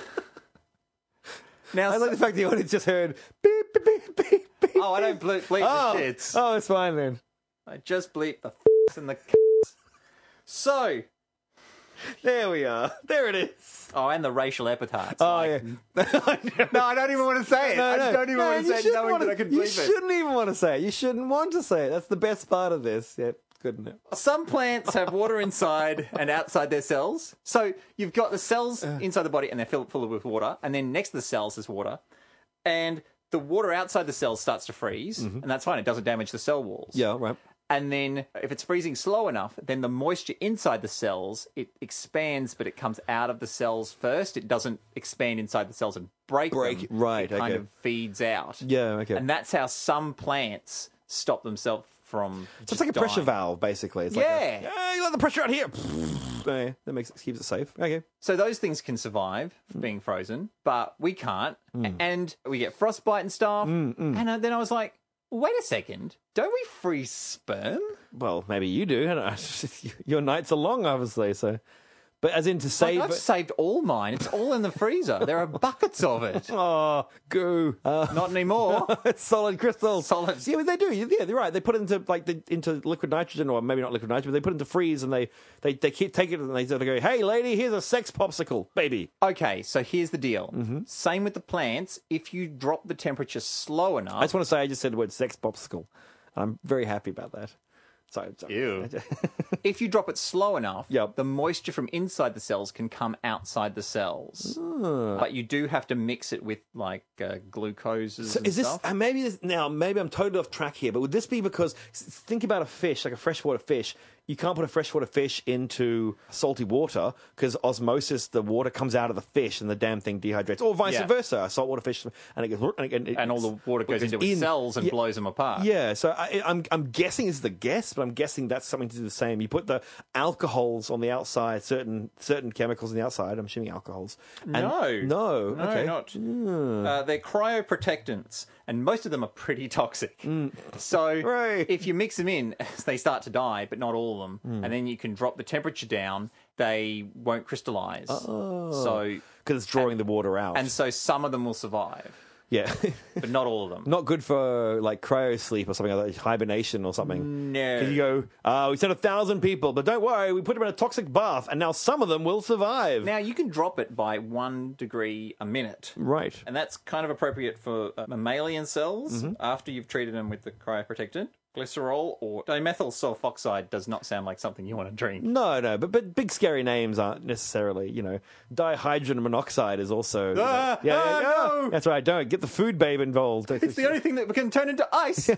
[SPEAKER 2] Now,
[SPEAKER 3] I
[SPEAKER 2] so-
[SPEAKER 3] like the fact the audience just heard beep, beep, beep, beep, beep.
[SPEAKER 2] <laughs> oh, I don't bleep, bleep
[SPEAKER 3] Oh,
[SPEAKER 2] the shits.
[SPEAKER 3] oh, it's fine then.
[SPEAKER 2] I just bleep the <laughs> f***s and the c***s. So,
[SPEAKER 3] There we are. There it is.
[SPEAKER 2] oh, and the racial epithets.
[SPEAKER 3] Oh, <laughs> yeah.
[SPEAKER 2] <laughs> No, I don't even want to say it. I don't even want
[SPEAKER 3] you
[SPEAKER 2] to say it
[SPEAKER 3] shouldn't
[SPEAKER 2] knowing
[SPEAKER 3] wanna-
[SPEAKER 2] that I can
[SPEAKER 3] You
[SPEAKER 2] believe it.
[SPEAKER 3] shouldn't even want to say it. You shouldn't want to say it. That's the best part of this. Yeah, good enough.
[SPEAKER 2] Some plants have water inside and outside their cells. So you've got the cells inside the body and they're filled full with water, and then next to the cells is water. And the water outside the cells starts to freeze, and that's fine. It doesn't damage the cell walls.
[SPEAKER 3] Mm-hmm. Yeah, right.
[SPEAKER 2] And then if it's freezing slow enough, then the moisture inside the cells, it expands, but it comes out of the cells first. It doesn't expand inside the cells and break
[SPEAKER 3] Break,
[SPEAKER 2] them.
[SPEAKER 3] right,
[SPEAKER 2] It kind
[SPEAKER 3] okay.
[SPEAKER 2] of feeds out.
[SPEAKER 3] Yeah, okay.
[SPEAKER 2] And that's how some plants stop themselves from.
[SPEAKER 3] So it's like a pressure valve, basically. It's like, a,
[SPEAKER 2] Yeah.
[SPEAKER 3] "Ah, you let the pressure out here. <laughs> Okay, that makes keeps it safe. Okay,
[SPEAKER 2] So those things can survive being frozen, but we can't,
[SPEAKER 3] Mm.
[SPEAKER 2] A- and we get frostbite and stuff. And uh, then I was like, wait a second, don't we freeze sperm?
[SPEAKER 3] well, maybe you do. <laughs> I don't know. Your nights are long, obviously. So, but as in to
[SPEAKER 2] Like,
[SPEAKER 3] save.
[SPEAKER 2] I've saved all mine. It's all in the freezer. there are buckets of it.
[SPEAKER 3] oh, goo. Uh,
[SPEAKER 2] Not
[SPEAKER 3] <laughs>
[SPEAKER 2] anymore.
[SPEAKER 3] it's solid crystals.
[SPEAKER 2] Solid.
[SPEAKER 3] Yeah, but they do. Yeah, they're right. They put it into like the, into liquid nitrogen, or maybe not liquid nitrogen. But they put it into freeze, and they they they keep take it, and they, they go, "Hey, lady, here's a sex popsicle, baby."
[SPEAKER 2] Okay, so here's the deal.
[SPEAKER 3] Mm-hmm.
[SPEAKER 2] Same with the plants. If you drop the temperature slow
[SPEAKER 3] I
[SPEAKER 2] enough,
[SPEAKER 3] just want to say, I just said the word sex popsicle, and I'm very happy about that. So, so
[SPEAKER 2] Ew. if you drop it slow enough,
[SPEAKER 3] Yep.
[SPEAKER 2] the moisture from inside the cells can come outside the cells.
[SPEAKER 3] Ah.
[SPEAKER 2] But you do have to mix it with like uh, glucoses
[SPEAKER 3] So
[SPEAKER 2] and
[SPEAKER 3] is this
[SPEAKER 2] stuff.
[SPEAKER 3] uh, maybe this, now? Maybe I'm totally off track here, but would this be because s- think about a fish, like a freshwater fish. You can't put a freshwater fish into salty water because osmosis, the water comes out of the fish and the damn thing dehydrates, or vice
[SPEAKER 2] Yeah.
[SPEAKER 3] versa. A saltwater fish and it goes and, it- it-
[SPEAKER 2] and all the water goes into its
[SPEAKER 3] in.
[SPEAKER 2] cells and
[SPEAKER 3] Yeah.
[SPEAKER 2] blows them apart.
[SPEAKER 3] Yeah, so I, I'm I'm guessing is the guess, but I'm guessing that's something to do the same. You put the alcohols on the outside, certain certain chemicals on the outside. I'm assuming alcohols. And-
[SPEAKER 2] No,
[SPEAKER 3] no,
[SPEAKER 2] no,
[SPEAKER 3] okay.
[SPEAKER 2] not. Uh, they're cryoprotectants, and most of them are pretty toxic.
[SPEAKER 3] Mm.
[SPEAKER 2] So
[SPEAKER 3] Hooray.
[SPEAKER 2] if you mix them in, <laughs> they start to die, but not all of
[SPEAKER 3] Mm.
[SPEAKER 2] them. And then you can drop the temperature down; they won't crystallize. So
[SPEAKER 3] Because it's drawing the water out.
[SPEAKER 2] and so, some of them will survive,
[SPEAKER 3] yeah. <laughs>
[SPEAKER 2] but not all of them.
[SPEAKER 3] Not good for like cryo sleep or something like that, hibernation or something.
[SPEAKER 2] No.
[SPEAKER 3] 'Cause you go, uh, we sent a thousand people, but don't worry, we put them in a toxic bath, and now some of them will survive.
[SPEAKER 2] Now you can drop it by one degree a minute.
[SPEAKER 3] right.
[SPEAKER 2] And that's kind of appropriate for uh, mammalian cells after you've treated them with the cryoprotectant. Glycerol or dimethyl sulfoxide does not sound like something you want to drink.
[SPEAKER 3] No, no, but but big scary names aren't necessarily, you know. Dihydrogen monoxide is also. you know-
[SPEAKER 2] Ah,
[SPEAKER 3] yeah,
[SPEAKER 2] ah,
[SPEAKER 3] yeah, yeah.
[SPEAKER 2] no.
[SPEAKER 3] That's right. Don't get the food babe involved.
[SPEAKER 2] It's the only thing that can turn into ice.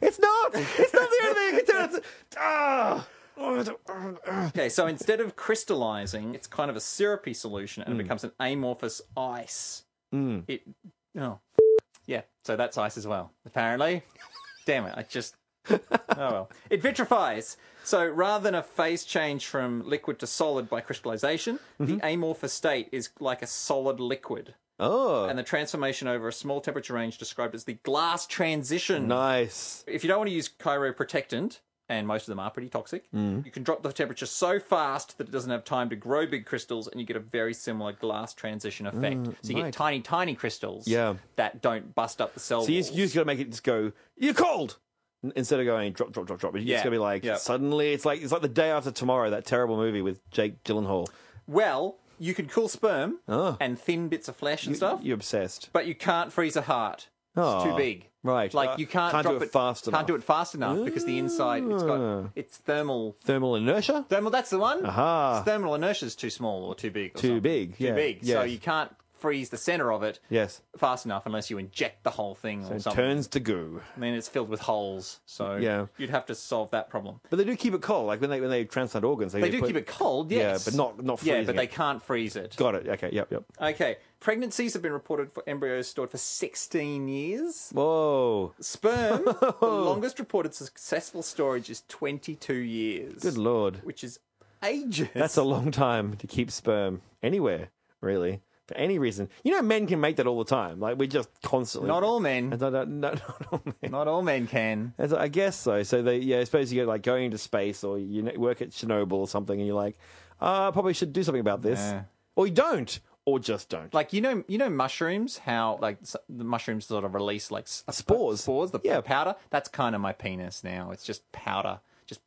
[SPEAKER 3] It's not. It's not the only thing.
[SPEAKER 2] <laughs>
[SPEAKER 3] It's, it's, ah. Oh, it's-
[SPEAKER 2] uh,
[SPEAKER 3] ah, ah.
[SPEAKER 2] okay, so instead of crystallizing, it's kind of a syrupy solution and it becomes an amorphous ice. It oh f- yeah, so that's ice as well. Apparently, damn it, I just oh well. It vitrifies. So rather than a phase change from liquid to solid by crystallization, the amorphous state is like a solid liquid.
[SPEAKER 3] Oh,
[SPEAKER 2] And the transformation over a small temperature range described as the glass transition.
[SPEAKER 3] nice.
[SPEAKER 2] If you don't want to use chiroprotectant, and most of them are pretty toxic,
[SPEAKER 3] Mm.
[SPEAKER 2] you can drop the temperature so fast that it doesn't have time to grow big crystals, and you get a very similar glass transition effect. so you
[SPEAKER 3] Mm, right.
[SPEAKER 2] get tiny, tiny crystals
[SPEAKER 3] Yeah.
[SPEAKER 2] that don't bust up the cell.
[SPEAKER 3] So you
[SPEAKER 2] walls.
[SPEAKER 3] just, you just got to make it just go. You're cold. N- Instead of going drop, drop, drop, drop, it's
[SPEAKER 2] Yeah,
[SPEAKER 3] going to be like
[SPEAKER 2] yeah.
[SPEAKER 3] suddenly it's like it's like the day after tomorrow. That terrible movie with Jake Gyllenhaal.
[SPEAKER 2] well, you can cool sperm
[SPEAKER 3] Oh.
[SPEAKER 2] and thin bits of flesh and stuff,
[SPEAKER 3] You're obsessed.
[SPEAKER 2] but you can't freeze a heart. It's
[SPEAKER 3] Oh,
[SPEAKER 2] too big.
[SPEAKER 3] right.
[SPEAKER 2] Like
[SPEAKER 3] Uh,
[SPEAKER 2] you can't,
[SPEAKER 3] can't do
[SPEAKER 2] drop
[SPEAKER 3] it fast
[SPEAKER 2] Can't
[SPEAKER 3] enough. Ah.
[SPEAKER 2] do it fast enough because the inside it's got it's thermal
[SPEAKER 3] Thermal inertia.
[SPEAKER 2] Thermal, that's the one.
[SPEAKER 3] Aha.
[SPEAKER 2] It's Thermal inertia's too small or too big. Or
[SPEAKER 3] Too
[SPEAKER 2] something.
[SPEAKER 3] big,
[SPEAKER 2] Too
[SPEAKER 3] yeah,
[SPEAKER 2] big. So
[SPEAKER 3] yes.
[SPEAKER 2] you can't freeze the center of it
[SPEAKER 3] Yes.
[SPEAKER 2] fast enough unless you inject the whole thing or
[SPEAKER 3] It
[SPEAKER 2] something.
[SPEAKER 3] turns to goo.
[SPEAKER 2] And then it's filled with holes. So
[SPEAKER 3] Yeah.
[SPEAKER 2] you'd have to solve that problem.
[SPEAKER 3] But they do keep it cold. Like when they when they transplant organs, they,
[SPEAKER 2] They do
[SPEAKER 3] put-
[SPEAKER 2] keep it cold,
[SPEAKER 3] Yeah,
[SPEAKER 2] yes.
[SPEAKER 3] but not- not
[SPEAKER 2] Yeah,
[SPEAKER 3] freezing
[SPEAKER 2] but they
[SPEAKER 3] it.
[SPEAKER 2] can't freeze it.
[SPEAKER 3] Got it. Okay. Yep. Yep.
[SPEAKER 2] Okay. Pregnancies have been reported for embryos stored for 16 years.
[SPEAKER 3] Whoa. <laughs>
[SPEAKER 2] Sperm, the longest reported successful storage is 22 years.
[SPEAKER 3] Good lord.
[SPEAKER 2] Which is ages.
[SPEAKER 3] That's a long time to keep sperm anywhere, really, for any reason. You know, men can make that all the time. Like we just constantly.
[SPEAKER 2] Not all men.
[SPEAKER 3] I don't, no, not <laughs> all men.
[SPEAKER 2] Not all men can.
[SPEAKER 3] As I guess so. So they, yeah, I suppose you go like going into space or you kn- work at Chernobyl or something, and you're like, uh, I probably should do something about this,
[SPEAKER 2] Yeah.
[SPEAKER 3] or you don't, or just don't.
[SPEAKER 2] like you know you know mushrooms how like s- the mushrooms sort of release like s-
[SPEAKER 3] Spores.
[SPEAKER 2] spores the
[SPEAKER 3] Yeah.
[SPEAKER 2] powder that's kind of my penis now it's just powder just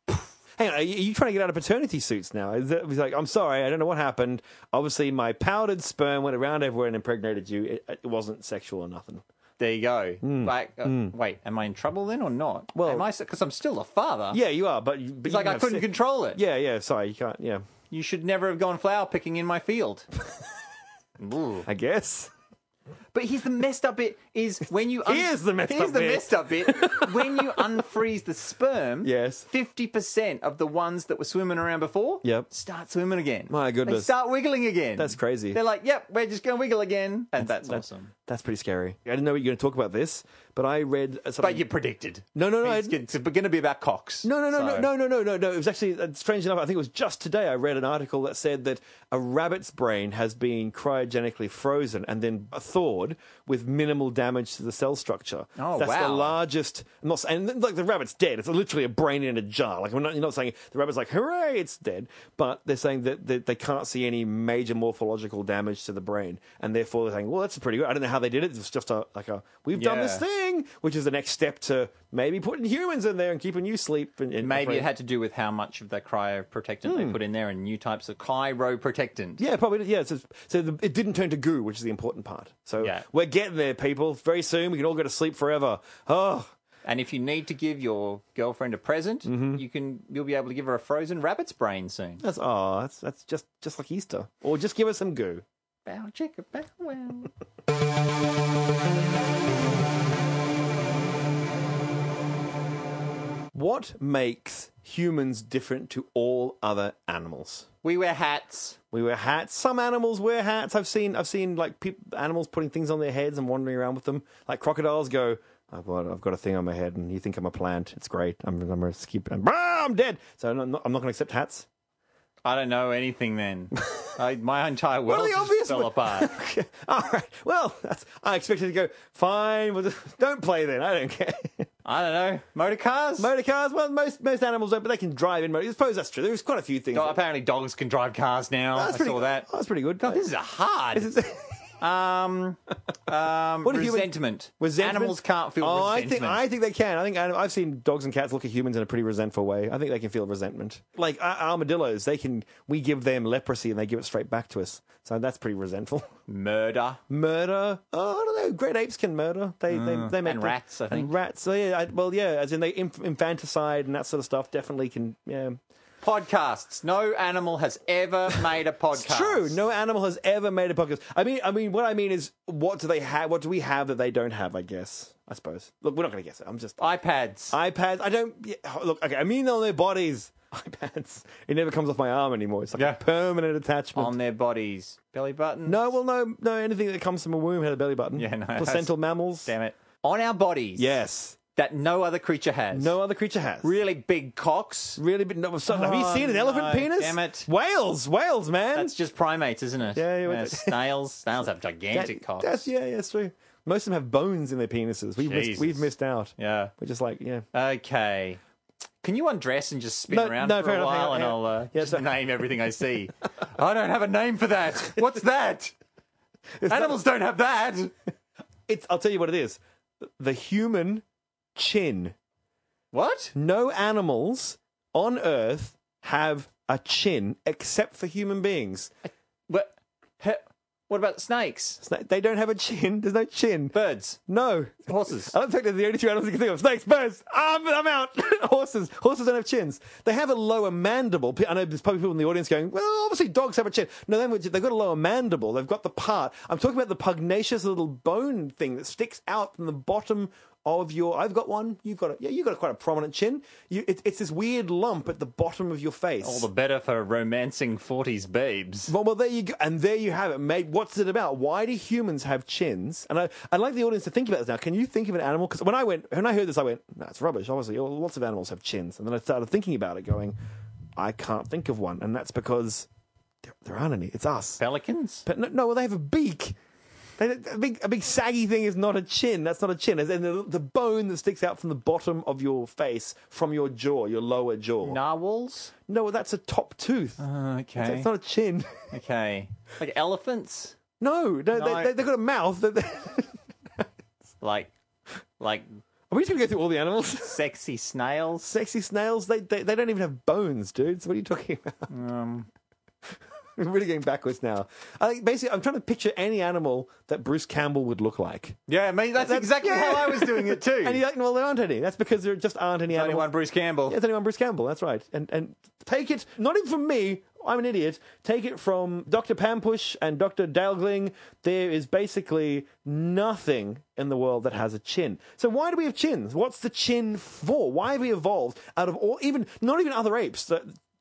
[SPEAKER 3] Hang on, are you- are you trying to get out of paternity suits now? Is that, he's like, I'm sorry, I don't know what happened. Obviously, my powdered sperm went around everywhere and impregnated you. It, it wasn't sexual or nothing.
[SPEAKER 2] there you go like uh, wait am i in trouble then or not
[SPEAKER 3] Mm. Well-
[SPEAKER 2] am i because i'm still a father
[SPEAKER 3] Yeah, you are, but, you- but
[SPEAKER 2] it's
[SPEAKER 3] you
[SPEAKER 2] like
[SPEAKER 3] can
[SPEAKER 2] i
[SPEAKER 3] have
[SPEAKER 2] couldn't
[SPEAKER 3] sex-
[SPEAKER 2] control it
[SPEAKER 3] Yeah, yeah. Sorry, you can't. Yeah, <laughs>
[SPEAKER 2] you should never have gone flower picking in my field Ooh.
[SPEAKER 3] I guess.
[SPEAKER 2] But here's the messed up bit is when you
[SPEAKER 3] <laughs> Here's the messed
[SPEAKER 2] here's
[SPEAKER 3] up
[SPEAKER 2] the
[SPEAKER 3] bit.
[SPEAKER 2] messed up
[SPEAKER 3] <laughs>
[SPEAKER 2] bit when you unfreeze the sperm.
[SPEAKER 3] Yes.
[SPEAKER 2] fifty percent of the ones that were swimming around before.
[SPEAKER 3] Yep.
[SPEAKER 2] start swimming again.
[SPEAKER 3] My
[SPEAKER 2] they
[SPEAKER 3] goodness.
[SPEAKER 2] start wiggling again.
[SPEAKER 3] That's crazy.
[SPEAKER 2] They're like, yep, we're just gonna wiggle again, and that's, awesome.
[SPEAKER 3] That's pretty scary. I didn't know you were going to talk about this, but I read uh, something.
[SPEAKER 2] But you predicted.
[SPEAKER 3] No, no, no,
[SPEAKER 2] It's,
[SPEAKER 3] I-
[SPEAKER 2] gonna- it's going to be about cocks.
[SPEAKER 3] No, no, no,
[SPEAKER 2] So-
[SPEAKER 3] no, no, no, no, no, no. It was actually, uh, strange enough, I think it was just today I read an article that said that a rabbit's brain has been cryogenically frozen and then thawed with minimal damage to the cell structure.
[SPEAKER 2] Oh,
[SPEAKER 3] That's
[SPEAKER 2] wow.
[SPEAKER 3] the largest. I'm not, and like the rabbit's dead. It's literally a brain in a jar. Like, we're not, you're not saying the rabbit's like, hooray, it's dead. But they're saying that, that they can't see any major morphological damage to the brain. And therefore they're saying, well, that's pretty good. I don't know how they did it. It's just a, like a, we've done this
[SPEAKER 2] Yeah.
[SPEAKER 3] thing thing, which is the next step to maybe putting humans in there and keeping you sleep. And, and
[SPEAKER 2] Maybe it had to do with how much of the cryoprotectant they put in there and new types of chiroprotectant.
[SPEAKER 3] Hmm. Yeah, probably. Yeah, so, so the, it didn't turn to goo, which is the important part. So
[SPEAKER 2] Yeah.
[SPEAKER 3] we're getting there, people. Very soon we can all go to sleep forever. Oh,
[SPEAKER 2] And if you need to give your girlfriend a present,
[SPEAKER 3] Mm-hmm.
[SPEAKER 2] you can you'll be able to give her a frozen rabbit's brain soon.
[SPEAKER 3] that's oh, that's that's just just like Easter, or just give us some goo.
[SPEAKER 2] Bow chicka bow wow.
[SPEAKER 3] What makes humans different to all other animals?
[SPEAKER 2] We wear hats.
[SPEAKER 3] We wear hats. Some animals wear hats. I've seen I've seen like peop animals putting things on their heads and wandering around with them. Like crocodiles go, I've got, I've got a thing on my head, and you think I'm a plant. It's great. I'm I'm a skip. I'm, ah, I'm dead. So I'm not, I'm not going to accept hats. <laughs>
[SPEAKER 2] I don't know anything then. I, my entire
[SPEAKER 3] are
[SPEAKER 2] world
[SPEAKER 3] the obvious
[SPEAKER 2] just fell
[SPEAKER 3] ones?
[SPEAKER 2] apart.
[SPEAKER 3] Okay. All right. Well, that's, I expected to go fine. Well, <laughs> don't play then. I don't care. <laughs>
[SPEAKER 2] I don't know. Motor cars?
[SPEAKER 3] motor cars. Well, most most animals don't, but they can drive in motor. I suppose that's true. There's quite a few things.
[SPEAKER 2] Oh, apparently dogs can drive cars now.
[SPEAKER 3] that's
[SPEAKER 2] I
[SPEAKER 3] pretty
[SPEAKER 2] saw
[SPEAKER 3] good.
[SPEAKER 2] that.
[SPEAKER 3] Oh, that's pretty good.
[SPEAKER 2] God, this is a hard.
[SPEAKER 3] <laughs>
[SPEAKER 2] um, um,
[SPEAKER 3] What if you were-
[SPEAKER 2] resentment.
[SPEAKER 3] Resentment?
[SPEAKER 2] Animals can't feel
[SPEAKER 3] oh,
[SPEAKER 2] resentment.
[SPEAKER 3] I think I think they can. I think anim- I've seen dogs and cats look at humans in a pretty resentful way. I think they can feel resentment. Like uh, armadillos, they can. We give them leprosy and they give it straight back to us. So that's pretty resentful. <laughs>
[SPEAKER 2] Murder.
[SPEAKER 3] Murder. Oh, I don't know. Great apes can murder. They they they make
[SPEAKER 2] Mm. And
[SPEAKER 3] them-
[SPEAKER 2] rats, I think.
[SPEAKER 3] And rats. So yeah. I, well, yeah. As in they inf- infanticide and that sort of stuff. Definitely can. Yeah.
[SPEAKER 2] Podcasts. No animal has ever
[SPEAKER 3] <laughs>
[SPEAKER 2] made a podcast.
[SPEAKER 3] It's True. No animal has ever made a podcast. I mean, I mean, what I mean is, what do they have? What do we have that they don't have? I guess. I suppose. Look, we're not going to guess it. I'm just.
[SPEAKER 2] iPads.
[SPEAKER 3] iPads. I don't yeah, oh, look. Okay, I mean on their bodies. <laughs> iPads. It never comes off my arm anymore. It's like
[SPEAKER 2] Yeah.
[SPEAKER 3] a permanent attachment.
[SPEAKER 2] on their bodies. Belly button.
[SPEAKER 3] no, well, no, no. Anything that comes from a womb had a belly button.
[SPEAKER 2] Yeah, no, that's-
[SPEAKER 3] Placental mammals.
[SPEAKER 2] Damn it. On our bodies.
[SPEAKER 3] Yes.
[SPEAKER 2] That no other creature has.
[SPEAKER 3] No other creature has.
[SPEAKER 2] Really big cocks.
[SPEAKER 3] Really, but no, so, have you
[SPEAKER 2] Oh,
[SPEAKER 3] seen an
[SPEAKER 2] no,
[SPEAKER 3] elephant penis?
[SPEAKER 2] damn it.
[SPEAKER 3] Whales, whales, man.
[SPEAKER 2] That's just primates, isn't it?
[SPEAKER 3] Yeah, yeah, what the-
[SPEAKER 2] snails. Snails have gigantic
[SPEAKER 3] That-
[SPEAKER 2] cocks.
[SPEAKER 3] that's- yeah, yeah, that's true. Most of them have bones in their penises. We've missed,
[SPEAKER 2] Jesus.
[SPEAKER 3] we've missed out.
[SPEAKER 2] yeah.
[SPEAKER 3] We're just like, yeah.
[SPEAKER 2] Okay. Can you undress and just spin
[SPEAKER 3] No,
[SPEAKER 2] around
[SPEAKER 3] no,
[SPEAKER 2] for
[SPEAKER 3] fair
[SPEAKER 2] a
[SPEAKER 3] enough, hang
[SPEAKER 2] while
[SPEAKER 3] on,
[SPEAKER 2] and
[SPEAKER 3] hang
[SPEAKER 2] I'll
[SPEAKER 3] on.
[SPEAKER 2] uh,
[SPEAKER 3] Yeah,
[SPEAKER 2] just
[SPEAKER 3] so-
[SPEAKER 2] name everything I
[SPEAKER 3] <laughs>
[SPEAKER 2] see? I don't have a name for that. What's that? Animals don't have that.
[SPEAKER 3] It's. I'll tell you what it is. The human chin.
[SPEAKER 2] What?
[SPEAKER 3] no animals on Earth have a chin except for human beings.
[SPEAKER 2] What? He- What about snakes?
[SPEAKER 3] Sna- They don't have a chin. There's no chin.
[SPEAKER 2] Birds?
[SPEAKER 3] No.
[SPEAKER 2] Horses?
[SPEAKER 3] I don't think they're the only two animals you can think of. Snakes, birds. I'm, I'm out. <laughs> Horses. Horses don't have chins. They have a lower mandible. Pe- I know there's probably people in the audience going, well, obviously dogs have a chin. No, they haven't- they've got a lower mandible. They've got the part. I'm talking about the pugnacious little bone thing that sticks out from the bottom of your. I've got one. You've got a, yeah, you've got a quite a prominent chin. You, it, it's this weird lump at the bottom of your face.
[SPEAKER 2] All the better for romancing 40s babes.
[SPEAKER 3] Well, well, there you go, and there you have it, mate. What's it about? Why do humans have chins? And I, I'd like the audience to think about this now. Can you think of an animal? Because when I went, when I heard this, I went, "No, it's rubbish." Obviously, all- lots of animals have chins, and then I started thinking about it, going, "I can't think of one," and that's because there, there aren't any. It's us.
[SPEAKER 2] Pelicans?
[SPEAKER 3] But no, no, well, they have a beak. They, a big, a big saggy thing is not a chin. That's not a chin. And the, the bone that sticks out from the bottom of your face, from your jaw, your lower jaw. No,
[SPEAKER 2] Narwhals?
[SPEAKER 3] well, that's a top tooth.
[SPEAKER 2] Okay.
[SPEAKER 3] That's not a chin. <laughs>
[SPEAKER 2] Okay. Like elephants?
[SPEAKER 3] No, no,
[SPEAKER 2] No.
[SPEAKER 3] They, they, they've got a mouth. That they... <laughs> Are
[SPEAKER 2] Like, like
[SPEAKER 3] we just going to go through all the animals?
[SPEAKER 2] sexy snails?
[SPEAKER 3] <laughs> Sexy snails, they, they, they don't even have bones, dude. So what are you talking about? <laughs>
[SPEAKER 2] Um,
[SPEAKER 3] We're really going backwards now. I think basically, I'm trying to picture any animal that Bruce Campbell would look like.
[SPEAKER 2] yeah, mate, that's, exactly
[SPEAKER 3] yeah.
[SPEAKER 2] how I was doing it <laughs> too.
[SPEAKER 3] And you're like, well, there aren't any. That's because there just aren't any
[SPEAKER 2] Only
[SPEAKER 3] animals.
[SPEAKER 2] one Bruce Campbell.
[SPEAKER 3] Yeah, it's anyone Bruce Campbell. That's right. And and take it not even from me I'm an idiot. Take it from Dr. Pampush and Dr. Dalgling. There is basically nothing in the world that has a chin. So why do we have chins? What's the chin for? Why have we evolved out of all, even, not even other apes. The-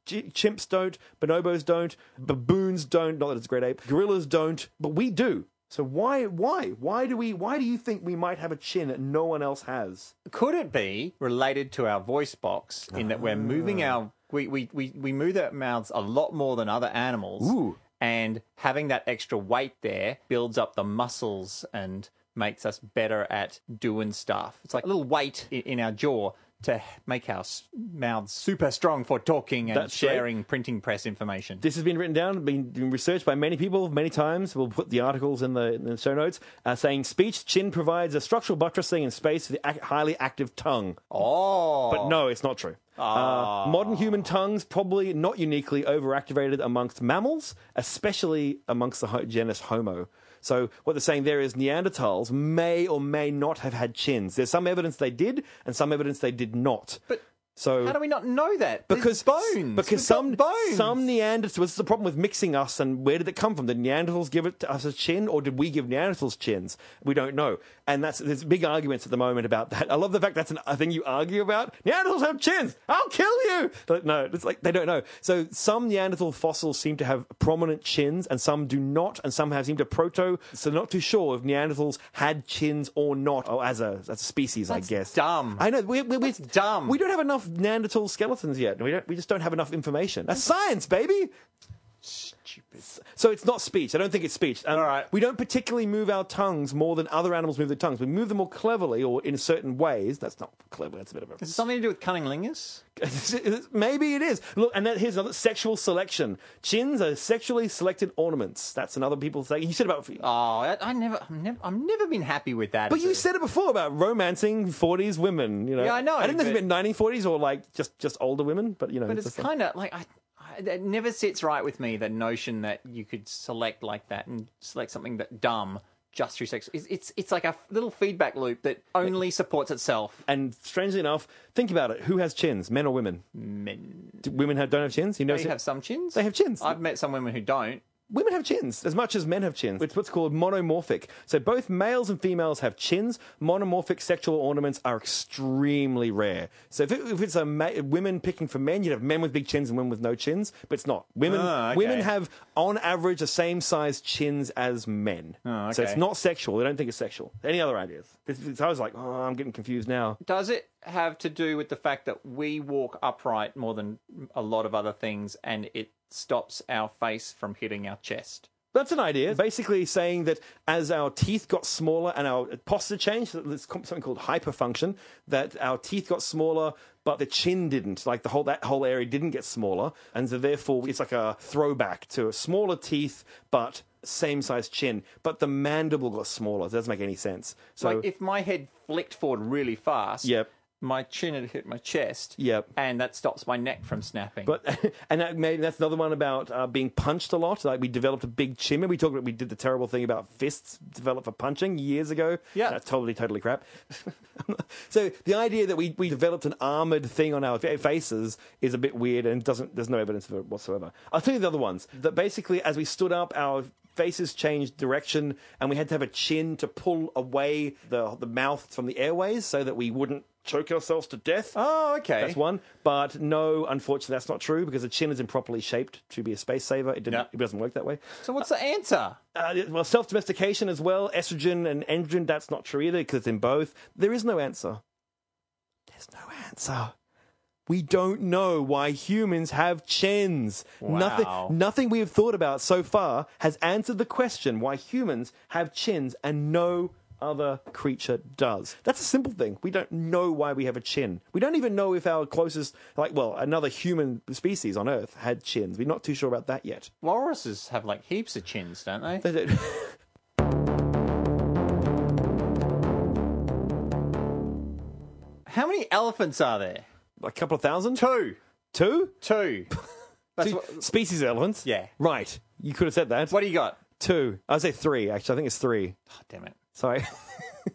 [SPEAKER 3] chi- Chimps don't, bonobos don't, baboons don't, not that it's a great ape, gorillas don't, but we do. So why, why, why do we, why do you think we might have a chin that no one else has?
[SPEAKER 2] Could it be related to our voice box in that we're moving our we, we, we, we move our mouths a lot more than other animals
[SPEAKER 3] Ooh.
[SPEAKER 2] and having that extra weight there builds up the muscles and makes us better at doing stuff. It's like a little weight in, in our jaw to make our s- mouths super strong for talking and
[SPEAKER 3] That's right.
[SPEAKER 2] sharing printing press information.
[SPEAKER 3] This has been written down, been, been researched by many people many times. We'll put the articles in the, in the show notes uh, saying speech chin provides a structural buttressing in space for the ac- highly active tongue.
[SPEAKER 2] oh. Ah.
[SPEAKER 3] But no, it's not true. Uh, modern human tongues probably not uniquely overactivated amongst mammals, especially amongst the ho- genus Homo. So what they're saying there is Neanderthals may or may not have had chins. There's some evidence they did, and some evidence they did not.
[SPEAKER 2] But
[SPEAKER 3] so
[SPEAKER 2] How do we not know that? There's
[SPEAKER 3] because
[SPEAKER 2] bones. We've got
[SPEAKER 3] Because some
[SPEAKER 2] bones.
[SPEAKER 3] some Neanderthals. What's the problem with mixing us? And where did it come from? Did Neanderthals give it to us a chin, or did we give Neanderthals chins? We don't know. And that's there's big arguments at the moment about that. I love the fact that's an, a thing you argue about. Neanderthals have chins. I'll kill you. But no, it's like they don't know. So some Neanderthal fossils seem to have prominent chins, and some do not, and some have seem to proto. So not too sure if Neanderthals had chins or not, or as a as a species, I guess.
[SPEAKER 2] dumb.
[SPEAKER 3] I know. We, we, we,
[SPEAKER 2] That's dumb.
[SPEAKER 3] We don't have enough Neanderthal skeletons yet. We don't. We just don't have enough information. That's science, baby.
[SPEAKER 2] Stupid.
[SPEAKER 3] So it's not speech. I don't think it's speech. And
[SPEAKER 2] All right.
[SPEAKER 3] We don't particularly move our tongues more than other animals move their tongues. We move them more cleverly or in certain ways. That's not clever. That's a bit of a
[SPEAKER 2] Is it
[SPEAKER 3] <laughs>
[SPEAKER 2] something to do with cunnilingus?
[SPEAKER 3] Maybe it is. Look, and that, here's another sexual selection. Chins are sexually selected ornaments. That's another people saying. You said about.
[SPEAKER 2] Oh, I, I never, I'm never, I've never been happy with that.
[SPEAKER 3] But
[SPEAKER 2] as
[SPEAKER 3] you
[SPEAKER 2] a-
[SPEAKER 3] said it before about romancing 40s women. You know.
[SPEAKER 2] Yeah, I know,
[SPEAKER 3] I don't know if
[SPEAKER 2] but-
[SPEAKER 3] it meant 1940s or like just just older women. But you know.
[SPEAKER 2] but it's
[SPEAKER 3] just like-
[SPEAKER 2] kind of like I, I, it never sits right with me the notion that you could select like that and select something that dumb just through sex. It's, it's, it's like a little feedback loop that only supports itself.
[SPEAKER 3] And strangely enough, think about it. Who has chins, men or women?
[SPEAKER 2] Men
[SPEAKER 3] Do women have, don't have chins. You know,
[SPEAKER 2] they have some chins.
[SPEAKER 3] They have chins.
[SPEAKER 2] I've met some women who don't.
[SPEAKER 3] women have chins as much as men have chins. It's what's called monomorphic. So both males and females have chins. Monomorphic sexual ornaments are extremely rare. So if, it, if it's a ma- women picking for men, you'd have men with big chins and women with no chins. But it's not. Women
[SPEAKER 2] Ah, okay.
[SPEAKER 3] women have on average the same size chins as men.
[SPEAKER 2] Ah,
[SPEAKER 3] So it's
[SPEAKER 2] okay.
[SPEAKER 3] not sexual. They don't think it's sexual. Any other ideas? This, this- I was like, oh, I'm getting confused now.
[SPEAKER 2] Does it have to do with the fact that we walk upright more than a lot of other things, and it stops our face from hitting our chest?
[SPEAKER 3] That's an idea. Basically, saying that as our teeth got smaller and our posture changed, so there's com- something called hyperfunction. That our teeth got smaller, but the chin didn't. Like the whole that whole area didn't get smaller, and so therefore it's like a throwback to smaller teeth, but same size chin. But the mandible got smaller. It doesn't make any sense. So
[SPEAKER 2] like if my head flicked forward really fast,
[SPEAKER 3] Yep.
[SPEAKER 2] my chin had hit my chest,
[SPEAKER 3] Yep.
[SPEAKER 2] and that stops my neck from snapping.
[SPEAKER 3] But <laughs> and that maybe that's another one about uh, being punched a lot. Like we developed a big chin. and We talked. about We did the terrible thing about fists developed for punching years ago.
[SPEAKER 2] Yeah.
[SPEAKER 3] that's totally totally crap. <laughs> so the idea that we we developed an armored thing on our fa- faces is a bit weird and doesn't. There's no evidence for it whatsoever. I'll tell you the other ones. That basically, as we stood up, our faces changed direction and we had to have a chin to pull away the the mouth from the airways so that we wouldn't choke ourselves to death.
[SPEAKER 2] oh, okay.
[SPEAKER 3] That's one. But no, unfortunately, that's not true because the chin is improperly shaped to be a space saver. It, didn't,
[SPEAKER 2] Yeah.
[SPEAKER 3] it doesn't work that way.
[SPEAKER 2] So what's the answer?
[SPEAKER 3] Uh, it- well, self domestication as well, estrogen and androgen, that's not true either because it's in both. There is no answer. There's no answer. We don't know why humans have chins.
[SPEAKER 2] Wow.
[SPEAKER 3] Nothing, nothing we have thought about so far has answered the question why humans have chins and no other creature does. That's a simple thing. We don't know why we have a chin. We don't even know if our closest, like, well, another human species on Earth had chins. We're not too sure about that yet. <laughs>
[SPEAKER 2] Walruses have like heaps of chins, don't they?
[SPEAKER 3] They don't-
[SPEAKER 2] How many elephants are there?
[SPEAKER 3] a couple of thousand?
[SPEAKER 2] Two.
[SPEAKER 3] Two? <laughs>
[SPEAKER 2] Two. That's
[SPEAKER 3] Two
[SPEAKER 2] what,
[SPEAKER 3] species elephants?
[SPEAKER 2] Yeah.
[SPEAKER 3] Right. You could have said that.
[SPEAKER 2] what do you got?
[SPEAKER 3] Two. I would say three, actually. I think it's three.
[SPEAKER 2] Oh, damn it.
[SPEAKER 3] Sorry.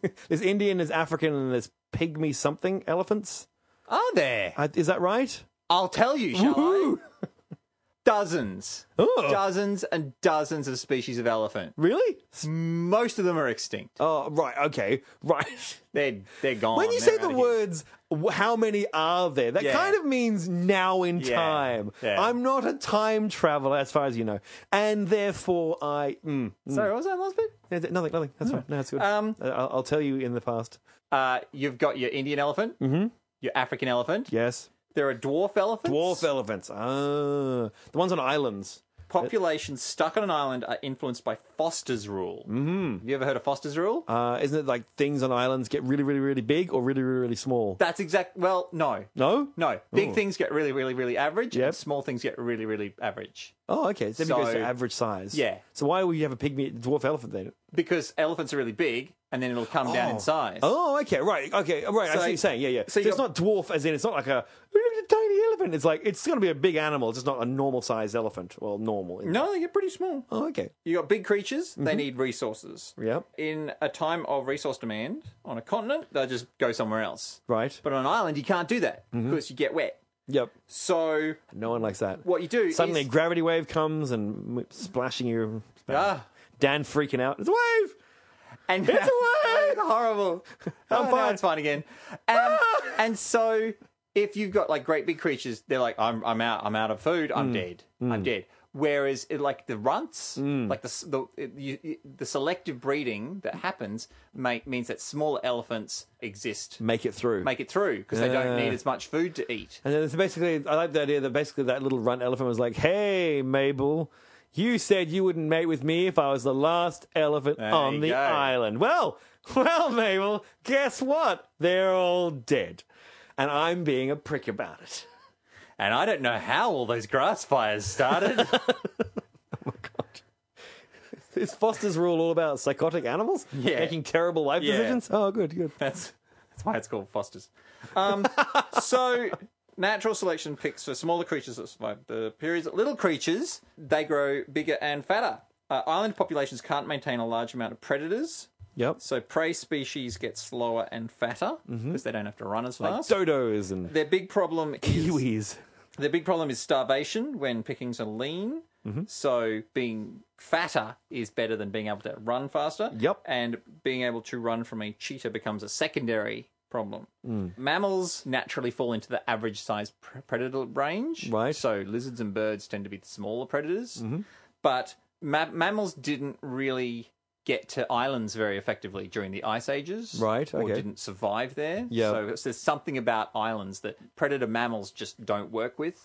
[SPEAKER 3] <laughs> there's Indian, there's African, and there's pygmy something elephants.
[SPEAKER 2] Are there?
[SPEAKER 3] I, is that right?
[SPEAKER 2] I'll tell you, shall I? <laughs> dozens,
[SPEAKER 3] Oh.
[SPEAKER 2] dozens and dozens of species of elephant.
[SPEAKER 3] Really?
[SPEAKER 2] Mm. Most of them are extinct.
[SPEAKER 3] Oh, right. Okay. Right.
[SPEAKER 2] They're they're gone.
[SPEAKER 3] when you
[SPEAKER 2] They're
[SPEAKER 3] say the
[SPEAKER 2] outta here.
[SPEAKER 3] words "W- how many are there that
[SPEAKER 2] Yeah.
[SPEAKER 3] kind of means now in
[SPEAKER 2] Yeah.
[SPEAKER 3] time
[SPEAKER 2] Yeah.
[SPEAKER 3] i'm not a time traveler as far as you know and therefore i mm, mm.
[SPEAKER 2] sorry, what was that last bit?
[SPEAKER 3] Yeah, th- nothing nothing that's fine no that's good
[SPEAKER 2] Um,
[SPEAKER 3] I- I'll, I'll tell you in the past
[SPEAKER 2] Uh, you've got your Indian elephant,
[SPEAKER 3] Mm-hmm.
[SPEAKER 2] your African elephant.
[SPEAKER 3] yes
[SPEAKER 2] There are dwarf elephants.
[SPEAKER 3] dwarf e- elephants ah the ones on islands
[SPEAKER 2] populations stuck on an island are influenced by Foster's rule. Mm-hmm. Have you ever heard of Foster's rule?
[SPEAKER 3] uh, isn't it like things on islands get really really really big or really really really small
[SPEAKER 2] That's exact. Well, no,
[SPEAKER 3] no
[SPEAKER 2] no. Big
[SPEAKER 3] Ooh.
[SPEAKER 2] things get really, really, really average.
[SPEAKER 3] Yep.
[SPEAKER 2] And small things get really, really average
[SPEAKER 3] oh okay so, then it goes to
[SPEAKER 2] So-
[SPEAKER 3] average size
[SPEAKER 2] Yeah.
[SPEAKER 3] so why would you have a pygmy dwarf elephant then
[SPEAKER 2] because elephants are really big, and then it'll come down in size.
[SPEAKER 3] Oh, okay, right, okay, right. I see
[SPEAKER 2] So-
[SPEAKER 3] what you're saying. Yeah, yeah.
[SPEAKER 2] so
[SPEAKER 3] So,
[SPEAKER 2] you're-
[SPEAKER 3] it's not dwarf, as in it's not like a, "Look at the tiny elephant. It's like it's going to be a big animal, just not a normal sized elephant. Well, normal.
[SPEAKER 2] No, they get pretty small.
[SPEAKER 3] Oh, okay.
[SPEAKER 2] You got big creatures; they need resources.
[SPEAKER 3] Yep.
[SPEAKER 2] In a time of resource demand on a continent, they'll just go somewhere else.
[SPEAKER 3] Right.
[SPEAKER 2] But on an island, you can't do that because you get wet.
[SPEAKER 3] Yep.
[SPEAKER 2] So
[SPEAKER 3] No one likes that.
[SPEAKER 2] what you do
[SPEAKER 3] Suddenly,
[SPEAKER 2] is,
[SPEAKER 3] a gravity wave comes and m- splashing you.
[SPEAKER 2] Ah.
[SPEAKER 3] Dan freaking out. It's a wave.
[SPEAKER 2] And
[SPEAKER 3] It's
[SPEAKER 2] <laughs>
[SPEAKER 3] a wave!
[SPEAKER 2] horrible.
[SPEAKER 3] I'm
[SPEAKER 2] oh, No,
[SPEAKER 3] fine.
[SPEAKER 2] it's fine again. Um,
[SPEAKER 3] Ah!
[SPEAKER 2] and so, if you've got like great big creatures, they're like, I'm, I'm out. I'm out of food.
[SPEAKER 3] Mm.
[SPEAKER 2] I'm dead. I'm dead. Whereas, it, like the runts,
[SPEAKER 3] Mm.
[SPEAKER 2] like the s- the it, you, you- the selective breeding that happens make, means that smaller elephants exist,
[SPEAKER 3] Make it through.
[SPEAKER 2] make it through because they don't
[SPEAKER 3] Mm. Yeah.
[SPEAKER 2] need as much food to eat.
[SPEAKER 3] And then it's basically, I like the idea that basically that little runt elephant was like, "Hey, Mabel." You said you wouldn't mate with me if I was the last elephant on
[SPEAKER 2] you
[SPEAKER 3] the
[SPEAKER 2] go.
[SPEAKER 3] island. Well, well, Mabel, guess what? They're all dead. And I'm being a prick about it. <laughs>
[SPEAKER 2] And I don't know how all those grass fires
[SPEAKER 3] <laughs>
[SPEAKER 2] started.
[SPEAKER 3] Is Foster's rule all about psychotic animals
[SPEAKER 2] Yeah.
[SPEAKER 3] making terrible life
[SPEAKER 2] Yeah.
[SPEAKER 3] decisions? Oh, good, good.
[SPEAKER 2] That's that's why it's called Foster's. Um, so natural selection picks for smaller creatures that survive the periods. Little creatures they grow bigger and fatter. Uh, island populations can't maintain a large amount of predators,
[SPEAKER 3] Yep.
[SPEAKER 2] so prey species get slower and fatter because Mm-hmm. they don't have to run as
[SPEAKER 3] Like
[SPEAKER 2] fast.
[SPEAKER 3] dodos and
[SPEAKER 2] their big <laughs> problem is
[SPEAKER 3] kiwis.
[SPEAKER 2] their big problem is starvation when pickings are lean.
[SPEAKER 3] Mm-hmm.
[SPEAKER 2] So being fatter is better than being able to run faster.
[SPEAKER 3] Yep.
[SPEAKER 2] And being able to run from a cheetah becomes a secondary problem.
[SPEAKER 3] Mm.
[SPEAKER 2] Mammals naturally fall into the average size pr- predator range.
[SPEAKER 3] Right. Mm-hmm.
[SPEAKER 2] So lizards and birds tend to be the smaller predators. But ma- mammals didn't really get to islands very effectively during the ice ages.
[SPEAKER 3] Right,
[SPEAKER 2] Or
[SPEAKER 3] okay.
[SPEAKER 2] didn't survive there.
[SPEAKER 3] Yeah.
[SPEAKER 2] So it's- there's something about islands that predator mammals just don't work with.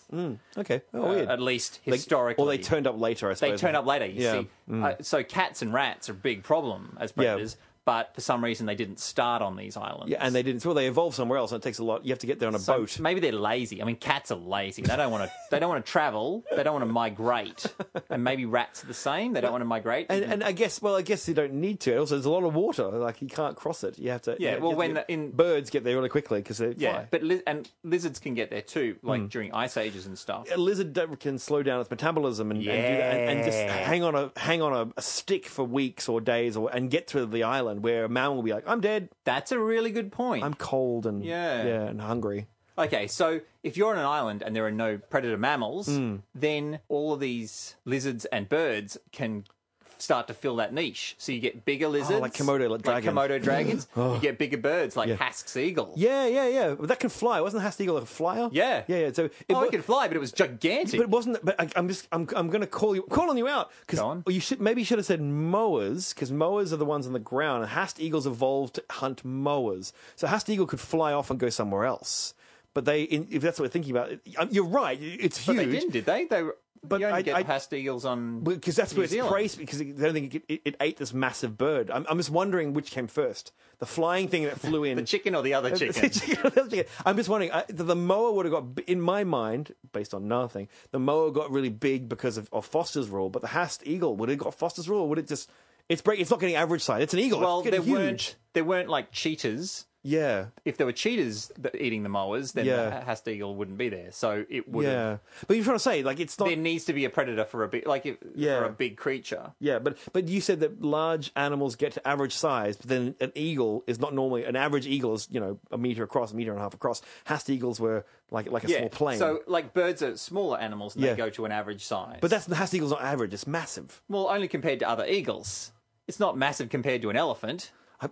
[SPEAKER 3] Okay. Oh,
[SPEAKER 2] Uh,
[SPEAKER 3] weird.
[SPEAKER 2] at least
[SPEAKER 3] Like-
[SPEAKER 2] historically.
[SPEAKER 3] Or they turned up later, I
[SPEAKER 2] They
[SPEAKER 3] suppose.
[SPEAKER 2] turn up later. You
[SPEAKER 3] Yeah. Hmm.
[SPEAKER 2] see, uh, so cats and rats are a big problem as predators, but for some reason they didn't start on these islands.
[SPEAKER 3] Yeah, and they didn't. Well, they evolved somewhere else, and it takes a lot. You have to get there on a
[SPEAKER 2] So
[SPEAKER 3] boat.
[SPEAKER 2] Maybe they're lazy. I mean, cats are lazy. They don't want to. They don't want to travel. They don't want to migrate. And maybe rats are the same. They don't want to migrate.
[SPEAKER 3] And, and I guess, well, I guess you don't need to. Also, there's a lot of water. Like you can't cross it. You have to.
[SPEAKER 2] Yeah,
[SPEAKER 3] you
[SPEAKER 2] well,
[SPEAKER 3] have to
[SPEAKER 2] when
[SPEAKER 3] get-
[SPEAKER 2] the- in-
[SPEAKER 3] birds get there really quickly because they
[SPEAKER 2] yeah,
[SPEAKER 3] fly.
[SPEAKER 2] but li- and lizards can get there too,
[SPEAKER 3] Hmm.
[SPEAKER 2] like during ice ages and stuff.
[SPEAKER 3] a lizard d- can slow down its metabolism and, and, do that, and, and just
[SPEAKER 2] Yeah.
[SPEAKER 3] hang on a hang on a, a stick for weeks or days or and get to the island where a mammal will be like, I'm dead,
[SPEAKER 2] That's a really good point.
[SPEAKER 3] I'm cold and
[SPEAKER 2] Yeah.
[SPEAKER 3] yeah and hungry.
[SPEAKER 2] Okay, so if you're on an island and there are no predator mammals,
[SPEAKER 3] Hmm.
[SPEAKER 2] then all of these lizards and birds can start to fill that niche. So you get bigger lizards,
[SPEAKER 3] Oh, like Komodo li- dragons. Oh.
[SPEAKER 2] Komodo
[SPEAKER 3] <laughs>
[SPEAKER 2] dragons. You get bigger birds, like Hask's eagle.
[SPEAKER 3] Yeah, yeah, yeah. But that can fly. Wasn't Hasty Eagle a flyer?
[SPEAKER 2] Yeah.
[SPEAKER 3] yeah, yeah. So it,
[SPEAKER 2] Oh,
[SPEAKER 3] wa-
[SPEAKER 2] it could fly, but it was gigantic.
[SPEAKER 3] But it wasn't. But I, I'm just. I'm. I'm going to call you. Calling you out
[SPEAKER 2] Go on.
[SPEAKER 3] because you should. Maybe you should have said mowers because mowers are the ones on the ground. And Hast eagles evolved to hunt mowers, so Hast eagle could fly off and go somewhere else. But they, in, if that's what we're thinking about, it- um, you're right. It's huge.
[SPEAKER 2] But they didn't, did they? They were. But
[SPEAKER 3] But
[SPEAKER 2] you only
[SPEAKER 3] I-
[SPEAKER 2] get
[SPEAKER 3] I-
[SPEAKER 2] Hask's eagles on
[SPEAKER 3] because that's where
[SPEAKER 2] New
[SPEAKER 3] it's
[SPEAKER 2] Zealand.
[SPEAKER 3] praised because they don't think it, it, it ate this massive bird. I'm, I'm just wondering which came first, the flying thing that flew
[SPEAKER 2] <laughs>
[SPEAKER 3] in,
[SPEAKER 2] the chicken or the other
[SPEAKER 3] <laughs> It's a
[SPEAKER 2] chicken.
[SPEAKER 3] chicken or the other chicken. I'm just wondering. I, the, the moa would have got, b- in my mind, based on nothing, the moa got really big because of, of Foster's rule. But the Hast eagle would it got Foster's rule? Or would it just? It's break. It's not getting average size. It's an eagle.
[SPEAKER 2] well,
[SPEAKER 3] it's getting
[SPEAKER 2] there
[SPEAKER 3] huge.
[SPEAKER 2] weren't there weren't like cheetahs
[SPEAKER 3] yeah,
[SPEAKER 2] If there were cheetahs that- eating the mowers, then
[SPEAKER 3] Yeah.
[SPEAKER 2] the Hast Eagle wouldn't be there. So it would. have
[SPEAKER 3] yeah. But you're trying to say like it's not.
[SPEAKER 2] There needs to be a predator for a big, like if,
[SPEAKER 3] Yeah.
[SPEAKER 2] for a big creature.
[SPEAKER 3] yeah, but but you said that large animals get to average size, but then an eagle is not normally an average eagle is you know a meter across, a meter and a half across. Hast eagles were like like a small plane.
[SPEAKER 2] So like birds are smaller animals and
[SPEAKER 3] Yeah.
[SPEAKER 2] they go to an average size.
[SPEAKER 3] but that's the Hast eagle's not average; it's massive.
[SPEAKER 2] well, only compared to other eagles. It's not massive compared to an elephant.
[SPEAKER 3] <laughs>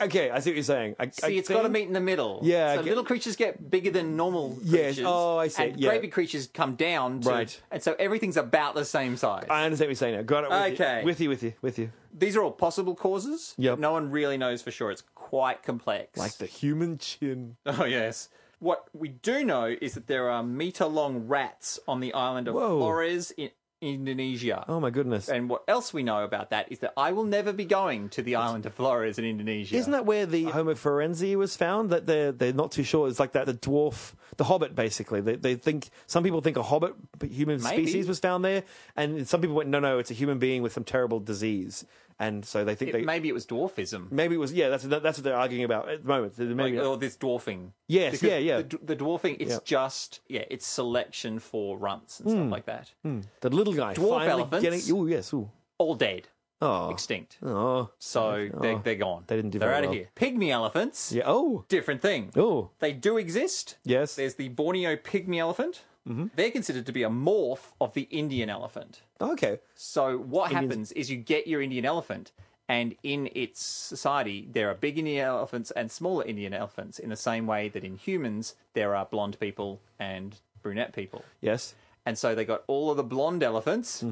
[SPEAKER 3] okay, I see what you're saying. I,
[SPEAKER 2] See,
[SPEAKER 3] I
[SPEAKER 2] it's got to
[SPEAKER 3] think-
[SPEAKER 2] meet in the middle.
[SPEAKER 3] Yeah, I
[SPEAKER 2] So
[SPEAKER 3] get-
[SPEAKER 2] little creatures get bigger than normal
[SPEAKER 3] Yes,
[SPEAKER 2] creatures.
[SPEAKER 3] oh, I see,
[SPEAKER 2] And
[SPEAKER 3] yeah.
[SPEAKER 2] great big creatures come down. To,
[SPEAKER 3] Right.
[SPEAKER 2] And so everything's about the same size.
[SPEAKER 3] I understand what you're saying now. Got it. With
[SPEAKER 2] Okay.
[SPEAKER 3] You, with you, with you, with you.
[SPEAKER 2] These are all possible causes.
[SPEAKER 3] Yep.
[SPEAKER 2] No one really knows for sure. It's quite complex.
[SPEAKER 3] Like the human chin.
[SPEAKER 2] <laughs> Oh, yes. What we do know is that there are meter long rats on the island of
[SPEAKER 3] Whoa.
[SPEAKER 2] Flores in Indonesia.
[SPEAKER 3] Oh my goodness.
[SPEAKER 2] And what else we know about that is that I will never be going to the island of Flores in Indonesia.
[SPEAKER 3] Isn't that where the Homo forensi was found? That they're they're not too sure. It's like that the dwarf, the hobbit, basically. They they think some people think a hobbit but human
[SPEAKER 2] Maybe.
[SPEAKER 3] species was found there, and some people went, no, no, it's a human being with some terrible disease, and so they think they Mm,
[SPEAKER 2] Maybe it was dwarfism.
[SPEAKER 3] maybe it was yeah. That's that's what they're arguing about at the moment. They- they Maybe,
[SPEAKER 2] Or this dwarfing.
[SPEAKER 3] Yes,
[SPEAKER 2] Because
[SPEAKER 3] yeah, yeah.
[SPEAKER 2] The, d- the dwarfing, it's
[SPEAKER 3] Yeah. Hmm.
[SPEAKER 2] just, yeah, it's selection for runts and stuff like that.
[SPEAKER 3] the little guy
[SPEAKER 2] Dwarf
[SPEAKER 3] finally
[SPEAKER 2] elephants.
[SPEAKER 3] getting. Oh yes. Ooh.
[SPEAKER 2] All dead,
[SPEAKER 3] Oh.
[SPEAKER 2] extinct.
[SPEAKER 3] Oh.
[SPEAKER 2] So they're, they're gone.
[SPEAKER 3] They didn't do
[SPEAKER 2] They're
[SPEAKER 3] very
[SPEAKER 2] out
[SPEAKER 3] well.
[SPEAKER 2] of here. Pygmy elephants,
[SPEAKER 3] Yeah. Oh.
[SPEAKER 2] different thing.
[SPEAKER 3] Oh.
[SPEAKER 2] They do exist.
[SPEAKER 3] Yes.
[SPEAKER 2] There's the Borneo pygmy elephant. They're considered to be a morph of the Indian elephant.
[SPEAKER 3] Okay.
[SPEAKER 2] So what happens is you get your Indian elephant, and in its society there are big Indian elephants and smaller Indian elephants. In the same way that in humans there are blonde people and brunette people,
[SPEAKER 3] Yes.
[SPEAKER 2] and so they got all of the blonde elephants.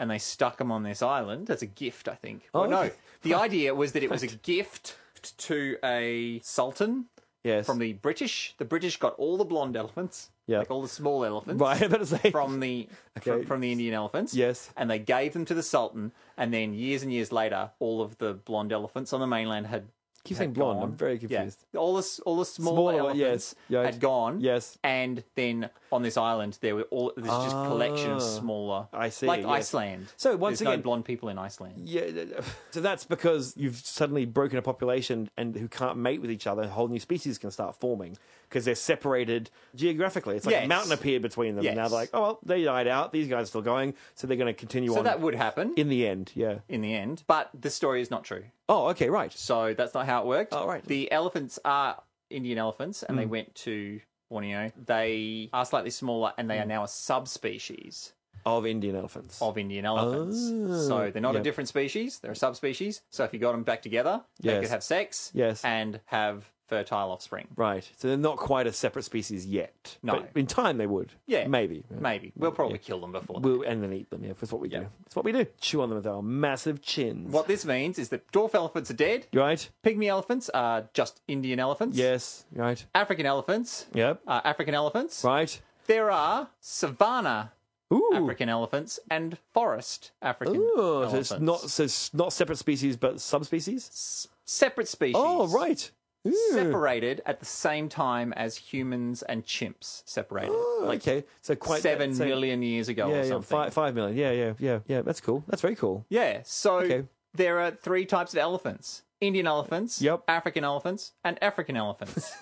[SPEAKER 2] And they stuck them on this island as a gift, I think.
[SPEAKER 3] Oh,
[SPEAKER 2] Oh no!
[SPEAKER 3] okay.
[SPEAKER 2] The idea was that it was a gift to a sultan
[SPEAKER 3] Yes.
[SPEAKER 2] from the British. The British got all the blonde elephants,
[SPEAKER 3] Yeah.
[SPEAKER 2] like all the small elephants,
[SPEAKER 3] Right, <laughs> I was about to say.
[SPEAKER 2] from the fr-
[SPEAKER 3] Okay.
[SPEAKER 2] from, the Indian elephants.
[SPEAKER 3] Yes.
[SPEAKER 2] and they gave them to the Sultan, and then years and years later, all of the blonde elephants on the mainland had.
[SPEAKER 3] Keep
[SPEAKER 2] had
[SPEAKER 3] saying blonde,
[SPEAKER 2] gone.
[SPEAKER 3] I'm very
[SPEAKER 2] Yeah.
[SPEAKER 3] confused.
[SPEAKER 2] All the s- all the small
[SPEAKER 3] Smaller one,
[SPEAKER 2] elephants
[SPEAKER 3] yes. Yeah,
[SPEAKER 2] had gone.
[SPEAKER 3] yes.
[SPEAKER 2] and then on this island there were all there's just collection
[SPEAKER 3] Ah,
[SPEAKER 2] of smaller.
[SPEAKER 3] I see,
[SPEAKER 2] like
[SPEAKER 3] yes.
[SPEAKER 2] Iceland.
[SPEAKER 3] So once
[SPEAKER 2] there's
[SPEAKER 3] again-
[SPEAKER 2] no blonde people in Iceland.
[SPEAKER 3] Yeah, th- th- so that's because you've suddenly broken a population and who can't mate with each other. A whole new species can start forming because they're separated geographically. It's like a
[SPEAKER 2] Yes.
[SPEAKER 3] mountain appeared between them. And now
[SPEAKER 2] Yes.
[SPEAKER 3] they're like, oh well, they died out. These guys are still going, so they're going to continue
[SPEAKER 2] So
[SPEAKER 3] on.
[SPEAKER 2] that would happen
[SPEAKER 3] in the end, yeah.
[SPEAKER 2] in the end, but this story is not true.
[SPEAKER 3] Oh, okay, right.
[SPEAKER 2] So that's not how it worked.
[SPEAKER 3] Oh, right. Hmm.
[SPEAKER 2] The elephants are Indian elephants, and they went to Borneo. They are slightly smaller, and
[SPEAKER 3] Hmm.
[SPEAKER 2] they are now a subspecies
[SPEAKER 3] Of Indian elephants.
[SPEAKER 2] of Indian elephants.
[SPEAKER 3] Oh.
[SPEAKER 2] so they're not
[SPEAKER 3] Yep.
[SPEAKER 2] a different species; they're a subspecies. So if you got them back together,
[SPEAKER 3] Yes.
[SPEAKER 2] they could have sex,
[SPEAKER 3] Yes.
[SPEAKER 2] and have fertile offspring.
[SPEAKER 3] Right. So they're not quite a separate species yet.
[SPEAKER 2] No.
[SPEAKER 3] But in time they would.
[SPEAKER 2] Yeah,
[SPEAKER 3] Maybe.
[SPEAKER 2] maybe we'll probably kill them before. that.
[SPEAKER 3] We'll, and then eat them. Yeah, that's what we do. That's what we do. Chew on them with our massive chins.
[SPEAKER 2] What this means is that dwarf elephants are dead.
[SPEAKER 3] Right?
[SPEAKER 2] Pygmy elephants are just Indian elephants.
[SPEAKER 3] Yes. Right.
[SPEAKER 2] African elephants
[SPEAKER 3] Yep.
[SPEAKER 2] are African elephants.
[SPEAKER 3] Right.
[SPEAKER 2] There are savanna
[SPEAKER 3] Ooh.
[SPEAKER 2] African elephants and forest African
[SPEAKER 3] Ooh, so
[SPEAKER 2] elephants.
[SPEAKER 3] it's not so it's not separate species, but subspecies.
[SPEAKER 2] separate species.
[SPEAKER 3] Oh, right. Ooh.
[SPEAKER 2] Separated at the same time as humans and chimps
[SPEAKER 3] <gasps>
[SPEAKER 2] separated. like
[SPEAKER 3] okay, so quite
[SPEAKER 2] seven
[SPEAKER 3] so-
[SPEAKER 2] million years ago
[SPEAKER 3] Yeah,
[SPEAKER 2] or
[SPEAKER 3] yeah,
[SPEAKER 2] something.
[SPEAKER 3] five, five million. Yeah, yeah, yeah, yeah. That's cool. That's very cool.
[SPEAKER 2] Yeah. So
[SPEAKER 3] Okay.
[SPEAKER 2] there are three types of elephants: Indian elephants,
[SPEAKER 3] Yep.
[SPEAKER 2] African elephants, and African
[SPEAKER 3] <laughs>
[SPEAKER 2] elephants.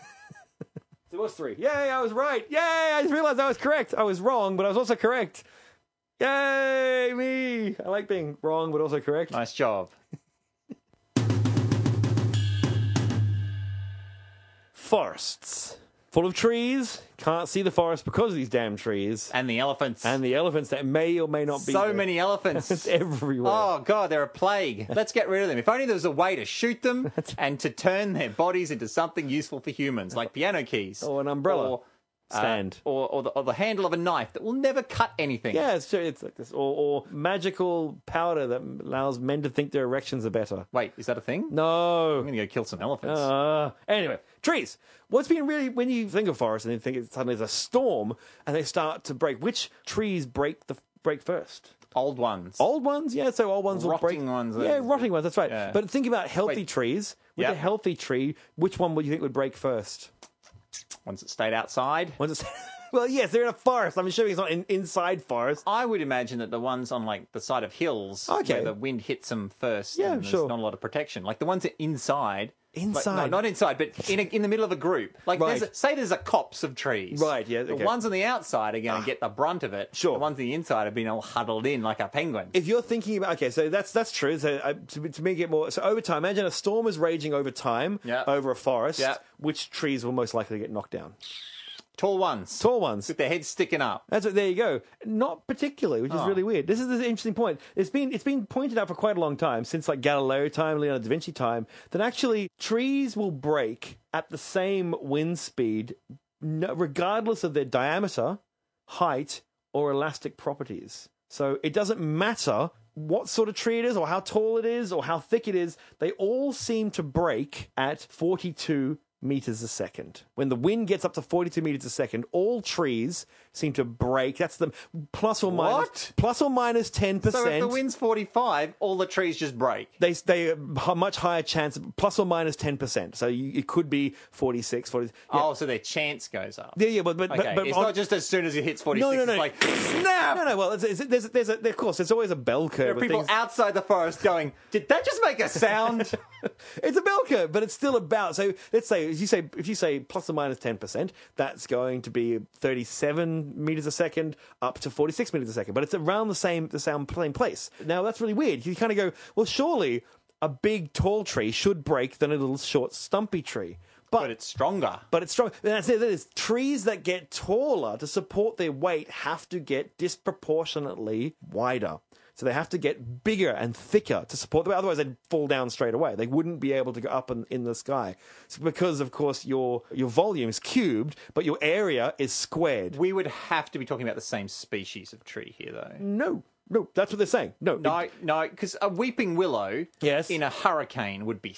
[SPEAKER 3] It was three. Yay! I was right. Yay! I just realized I was correct. I was wrong, but I was also correct. Yay! Me. I like being wrong, but also correct.
[SPEAKER 2] nice job.
[SPEAKER 3] Forests full of trees. Can't see the forest because of these damn trees
[SPEAKER 2] And the elephants.
[SPEAKER 3] and the elephants that may or may not be.
[SPEAKER 2] so
[SPEAKER 3] there.
[SPEAKER 2] many
[SPEAKER 3] <laughs>
[SPEAKER 2] elephants.
[SPEAKER 3] everywhere.
[SPEAKER 2] Oh god, they're a plague. Let's get rid of them. If only there was a way to shoot
[SPEAKER 3] <laughs>
[SPEAKER 2] them and to turn their bodies into something useful for humans,
[SPEAKER 3] <laughs>
[SPEAKER 2] like piano keys
[SPEAKER 3] Or an umbrella.
[SPEAKER 2] or, uh,
[SPEAKER 3] Stand.
[SPEAKER 2] or, or, the, or the handle of a knife that will never cut anything.
[SPEAKER 3] Yeah, it's true. It's like this, or, or magical powder that allows men to think their erections are better.
[SPEAKER 2] Wait, is that a thing?
[SPEAKER 3] No.
[SPEAKER 2] I'm gonna go kill some elephants.
[SPEAKER 3] Uh, anyway, trees. What's been really when you think of forests and you think it suddenly there's a storm and they start to break. Which trees break the break first?
[SPEAKER 2] Old ones.
[SPEAKER 3] Old ones, yeah. So old ones will break.
[SPEAKER 2] Rotting ones,
[SPEAKER 3] yeah,
[SPEAKER 2] uh,
[SPEAKER 3] rotting ones. That's right.
[SPEAKER 2] yeah.
[SPEAKER 3] But think about healthy
[SPEAKER 2] Wait.
[SPEAKER 3] trees. With
[SPEAKER 2] Yeah.
[SPEAKER 3] a healthy tree, which one would you think would break first?
[SPEAKER 2] Ones that stayed outside.
[SPEAKER 3] Ones that <laughs> well, yes, they're in a forest. I'm assuming it's not in, inside forest.
[SPEAKER 2] I would imagine that the ones on like the side of hills,
[SPEAKER 3] Okay.
[SPEAKER 2] where the wind hits them first,
[SPEAKER 3] Yeah,
[SPEAKER 2] and there's
[SPEAKER 3] sure.
[SPEAKER 2] not a lot of protection. Like the ones that inside, like, no,
[SPEAKER 3] Inside.
[SPEAKER 2] not inside, but in a, in the middle of a group. Like there's
[SPEAKER 3] Right.
[SPEAKER 2] a, say, there's a copse of trees.
[SPEAKER 3] Right, yeah, okay. Ah.
[SPEAKER 2] The ones on the outside are going to get the brunt of it.
[SPEAKER 3] Sure.
[SPEAKER 2] The ones on the inside have been all huddled in like a penguin.
[SPEAKER 3] If you're thinking about okay, so that's that's true. So uh, to, to make it more so over time, imagine a storm is raging over time
[SPEAKER 2] Yeah.
[SPEAKER 3] over a forest.
[SPEAKER 2] Yeah.
[SPEAKER 3] Which trees will most likely get knocked down?
[SPEAKER 2] Tall ones,
[SPEAKER 3] Tall ones.
[SPEAKER 2] with their heads sticking up.
[SPEAKER 3] That's what, there you go. Not particularly, which is really weird. This is an interesting point. It's been it's been pointed out for quite a long time, since like Galileo time, Leonardo da Vinci time, that actually trees will break at the same wind speed, no, regardless of their diameter, height, or elastic properties. So it doesn't matter what sort of tree it is, or how tall it is, or how thick it is. They all seem to break at forty-two meters a second. When the wind gets up to 42 meters a second, all trees seem to break. That's the plus or minus
[SPEAKER 2] What?
[SPEAKER 3] plus or minus 10%.
[SPEAKER 2] So if the wind's 45, all the trees just break.
[SPEAKER 3] they they have a much higher chance plus or minus 10%. So you, it could be 46 40 yeah.
[SPEAKER 2] Oh, so their chance goes up.
[SPEAKER 3] Yeah, yeah, but but,
[SPEAKER 2] Okay,
[SPEAKER 3] but, but
[SPEAKER 2] it's
[SPEAKER 3] on-
[SPEAKER 2] not just as soon as it hits 46.
[SPEAKER 3] No, no, no.
[SPEAKER 2] It's like <laughs> snap.
[SPEAKER 3] no, no. Well, it's, it's, there's, there's, a, of course, there's always a bell curve.
[SPEAKER 2] There are
[SPEAKER 3] with
[SPEAKER 2] people
[SPEAKER 3] things-
[SPEAKER 2] outside the forest going, "Did that just
[SPEAKER 3] <laughs>
[SPEAKER 2] make a sound?"
[SPEAKER 3] it's a bell curve, but it's still about. So let's say if you say if you say plus or minus ten percent, that's going to be thirty-seven meters a second up to forty-six meters a second, but it's around the same the same same place. Now that's really weird. You kind of go, well, surely a big tall tree should break than a little short stumpy tree,
[SPEAKER 2] but it's stronger.
[SPEAKER 3] but it's strong. And that's it. That is trees that get taller to support their weight have to get disproportionately wider. So they have to get bigger and thicker to support the weight. Otherwise, they'd fall down straight away. They wouldn't be able to go up in, in the sky. So because, of course, your your volume is cubed, but your area is squared.
[SPEAKER 2] We would have to be talking about the same species of tree here, though.
[SPEAKER 3] No, no, that's what they're saying. No,
[SPEAKER 2] No, no, because a weeping willow,
[SPEAKER 3] Yes.
[SPEAKER 2] in a hurricane would be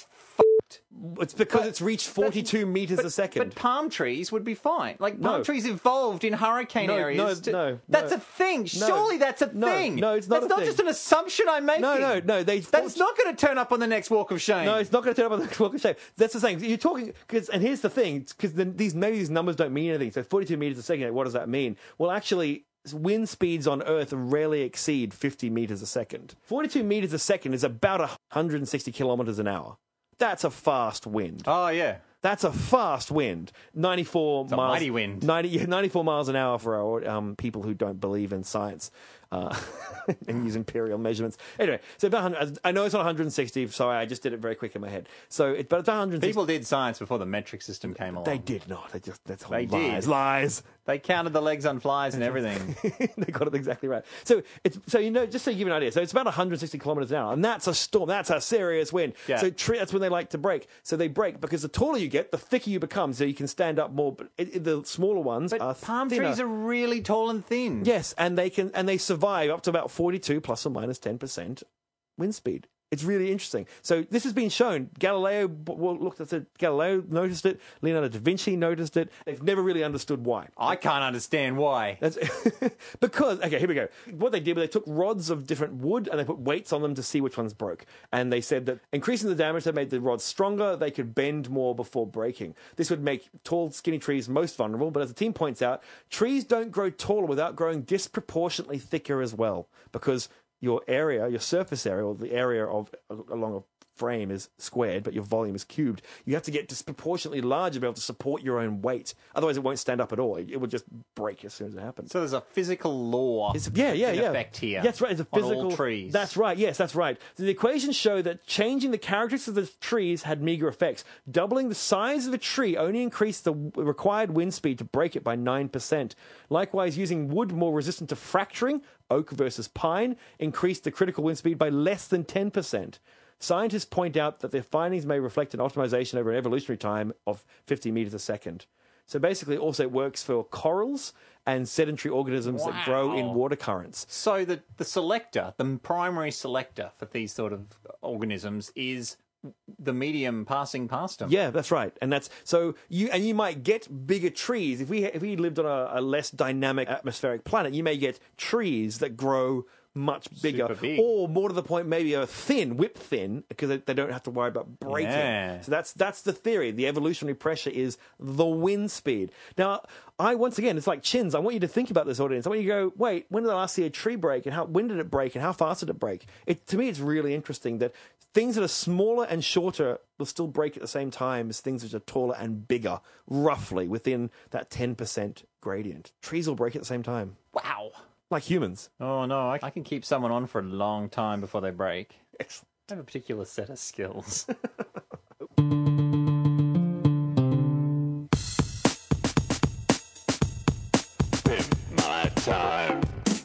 [SPEAKER 3] it's because it's reached forty-two meters a second.
[SPEAKER 2] But palm trees would be fine. Like palm
[SPEAKER 3] No.
[SPEAKER 2] trees evolved in hurricane
[SPEAKER 3] No,
[SPEAKER 2] areas.
[SPEAKER 3] no,
[SPEAKER 2] to-
[SPEAKER 3] no,
[SPEAKER 2] that's
[SPEAKER 3] no.
[SPEAKER 2] a thing.
[SPEAKER 3] No.
[SPEAKER 2] Surely that's a
[SPEAKER 3] No,
[SPEAKER 2] thing.
[SPEAKER 3] no, it's not
[SPEAKER 2] That's
[SPEAKER 3] a
[SPEAKER 2] not
[SPEAKER 3] thing.
[SPEAKER 2] just an assumption I'm making.
[SPEAKER 3] no, no, no. They
[SPEAKER 2] That's not going to turn up on the next walk of shame.
[SPEAKER 3] No, it's not going to turn up on the <laughs> walk of shame. That's the thing. You're talking because, and here's the thing, because these maybe these numbers don't mean anything. So 42 meters a second. What does that mean? Well, actually, wind speeds on Earth rarely exceed 50 meters a second. 42 meters a second is about 160 kilometers an hour. That's a fast wind.
[SPEAKER 2] oh yeah.
[SPEAKER 3] That's a fast wind. 94
[SPEAKER 2] a
[SPEAKER 3] miles.
[SPEAKER 2] mighty wind.
[SPEAKER 3] 90, yeah, 94 miles an hour for our um, people who don't believe in science uh, <laughs> and use imperial measurements. Anyway, so about 100, I know it's not 160. Sorry, I just did it very quick in my head. So it, but it's about 160.
[SPEAKER 2] People did science before the metric system came along.
[SPEAKER 3] they
[SPEAKER 2] They,
[SPEAKER 3] did not. They just that's all
[SPEAKER 2] They did.
[SPEAKER 3] lies, lies.
[SPEAKER 2] counted the legs on flies and everything.
[SPEAKER 3] <laughs> they got it exactly right. So it's so you know just so you give you an idea. So it's about 160 kilometers an hour, and that's a storm. That's a serious wind.
[SPEAKER 2] Yeah.
[SPEAKER 3] So tre- that's when they like to break. So they break because the taller you get, the thicker you become. So you can stand up more. But it, it- the smaller ones are
[SPEAKER 2] palm
[SPEAKER 3] thinner.
[SPEAKER 2] trees are really tall and thin.
[SPEAKER 3] yes, and they can and they survive up to about 42 plus or minus 10 percent wind speed. It's really interesting. So this has been shown. Galileo b- well, looked at it. Galileo noticed it. Leonardo da Vinci noticed it. They've never really understood why.
[SPEAKER 2] I can't understand why.
[SPEAKER 3] <laughs> That's because okay, here we go. What they did was they took rods of different wood and they put weights on them to see which ones broke. And they said that increasing the diameter made the rods stronger. They could bend more before breaking. This would make tall, skinny trees most vulnerable. But as the team points out, trees don't grow taller without growing disproportionately thicker as well, because your area, your surface area, or the area of along a frame is squared, but your volume is cubed. You have to get disproportionately large to be able to support your own weight. Otherwise, it won't stand up at all. It will just break as soon as it happens.
[SPEAKER 2] So there's a physical law.
[SPEAKER 3] It's- yeah, yeah,
[SPEAKER 2] in
[SPEAKER 3] yeah.
[SPEAKER 2] effect here
[SPEAKER 3] That's right. It's a
[SPEAKER 2] on all
[SPEAKER 3] physical.
[SPEAKER 2] trees.
[SPEAKER 3] That's right. Yes, that's right. So the equations show that changing the characteristics of the trees had meager effects. Doubling the size of a tree only increased the w- required wind speed to break it by nine percent. Likewise, using wood more resistant to fracturing, oak versus pine, increased the critical wind speed by less than ten percent. Scientists point out that their findings may reflect an optimization over an evolutionary time of 50 meters a second. So basically, also it works for corals and sedentary organisms that grow in
[SPEAKER 2] Wow.
[SPEAKER 3] water currents.
[SPEAKER 2] So the, the selector, the primary selector for these sort of organisms is the medium passing past them.
[SPEAKER 3] Yeah, that's right, and that's so you and you might get bigger trees if we if we lived on a, a less dynamic atmospheric planet. You may get trees that grow much bigger,
[SPEAKER 2] Super big.
[SPEAKER 3] or more to the point, maybe a thin, whip thin, because they, they don't have to worry about breaking.
[SPEAKER 2] Yeah.
[SPEAKER 3] So that's that's the theory. The evolutionary pressure is the wind speed. Now, I once again, it's like chins. I want you to think about this, audience. I want you to go, wait, when did I last see a tree break, and how when did it break, and how fast did it break? It to me, it's really interesting that things that are smaller and shorter will still break at the same time as things which are taller and bigger, roughly within that ten percent gradient. Trees will break at the same time,
[SPEAKER 2] Wow.
[SPEAKER 3] like humans.
[SPEAKER 2] Oh no, I, I can keep someone on for a long time before they break.
[SPEAKER 3] Excellent.
[SPEAKER 2] I have a particular set of
[SPEAKER 3] <laughs>
[SPEAKER 2] skills.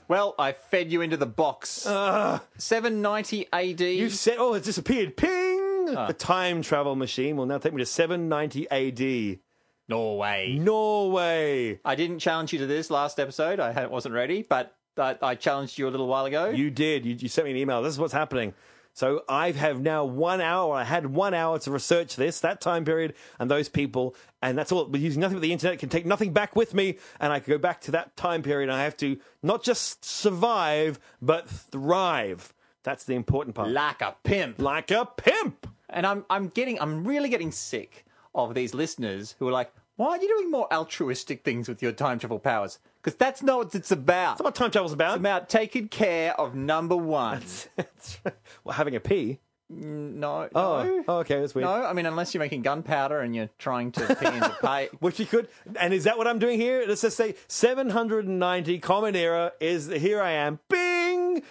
[SPEAKER 2] well, I fed you into the box. 790 AD.
[SPEAKER 3] You said, oh, it disappeared. Ping! The time travel machine will now take me to 790
[SPEAKER 2] no
[SPEAKER 3] AD.
[SPEAKER 2] way.
[SPEAKER 3] Norway.
[SPEAKER 2] I didn't challenge you to this last episode. I had- wasn't ready, but I, I challenged you a little while ago.
[SPEAKER 3] You did. You, you sent me an email. This is what's happening. So I have now one hour. I had one hour to research this, that time period, and those people. And that's all. But using nothing but the internet can take nothing back with me. And I can go back to that time period. And I have to not just survive, but thrive. That's the important part.
[SPEAKER 2] like a pimp.
[SPEAKER 3] Like a pimp.
[SPEAKER 2] And I'm I'm getting I'm really getting sick of these listeners who are like, why aren't you doing more altruistic things with your time travel powers? Because that's not what it's about.
[SPEAKER 3] That's what time travel's
[SPEAKER 2] It's about taking care of number one.
[SPEAKER 3] <laughs> well, having a pee.
[SPEAKER 2] No,
[SPEAKER 3] Oh,
[SPEAKER 2] no,
[SPEAKER 3] oh, okay, that's weird.
[SPEAKER 2] no. I mean, unless you're making gunpowder and you're trying to pee into pay. <laughs>
[SPEAKER 3] <laughs> Which you could, and is that what I'm doing here? Let's just say 790 Common Era is here. I am, Bing,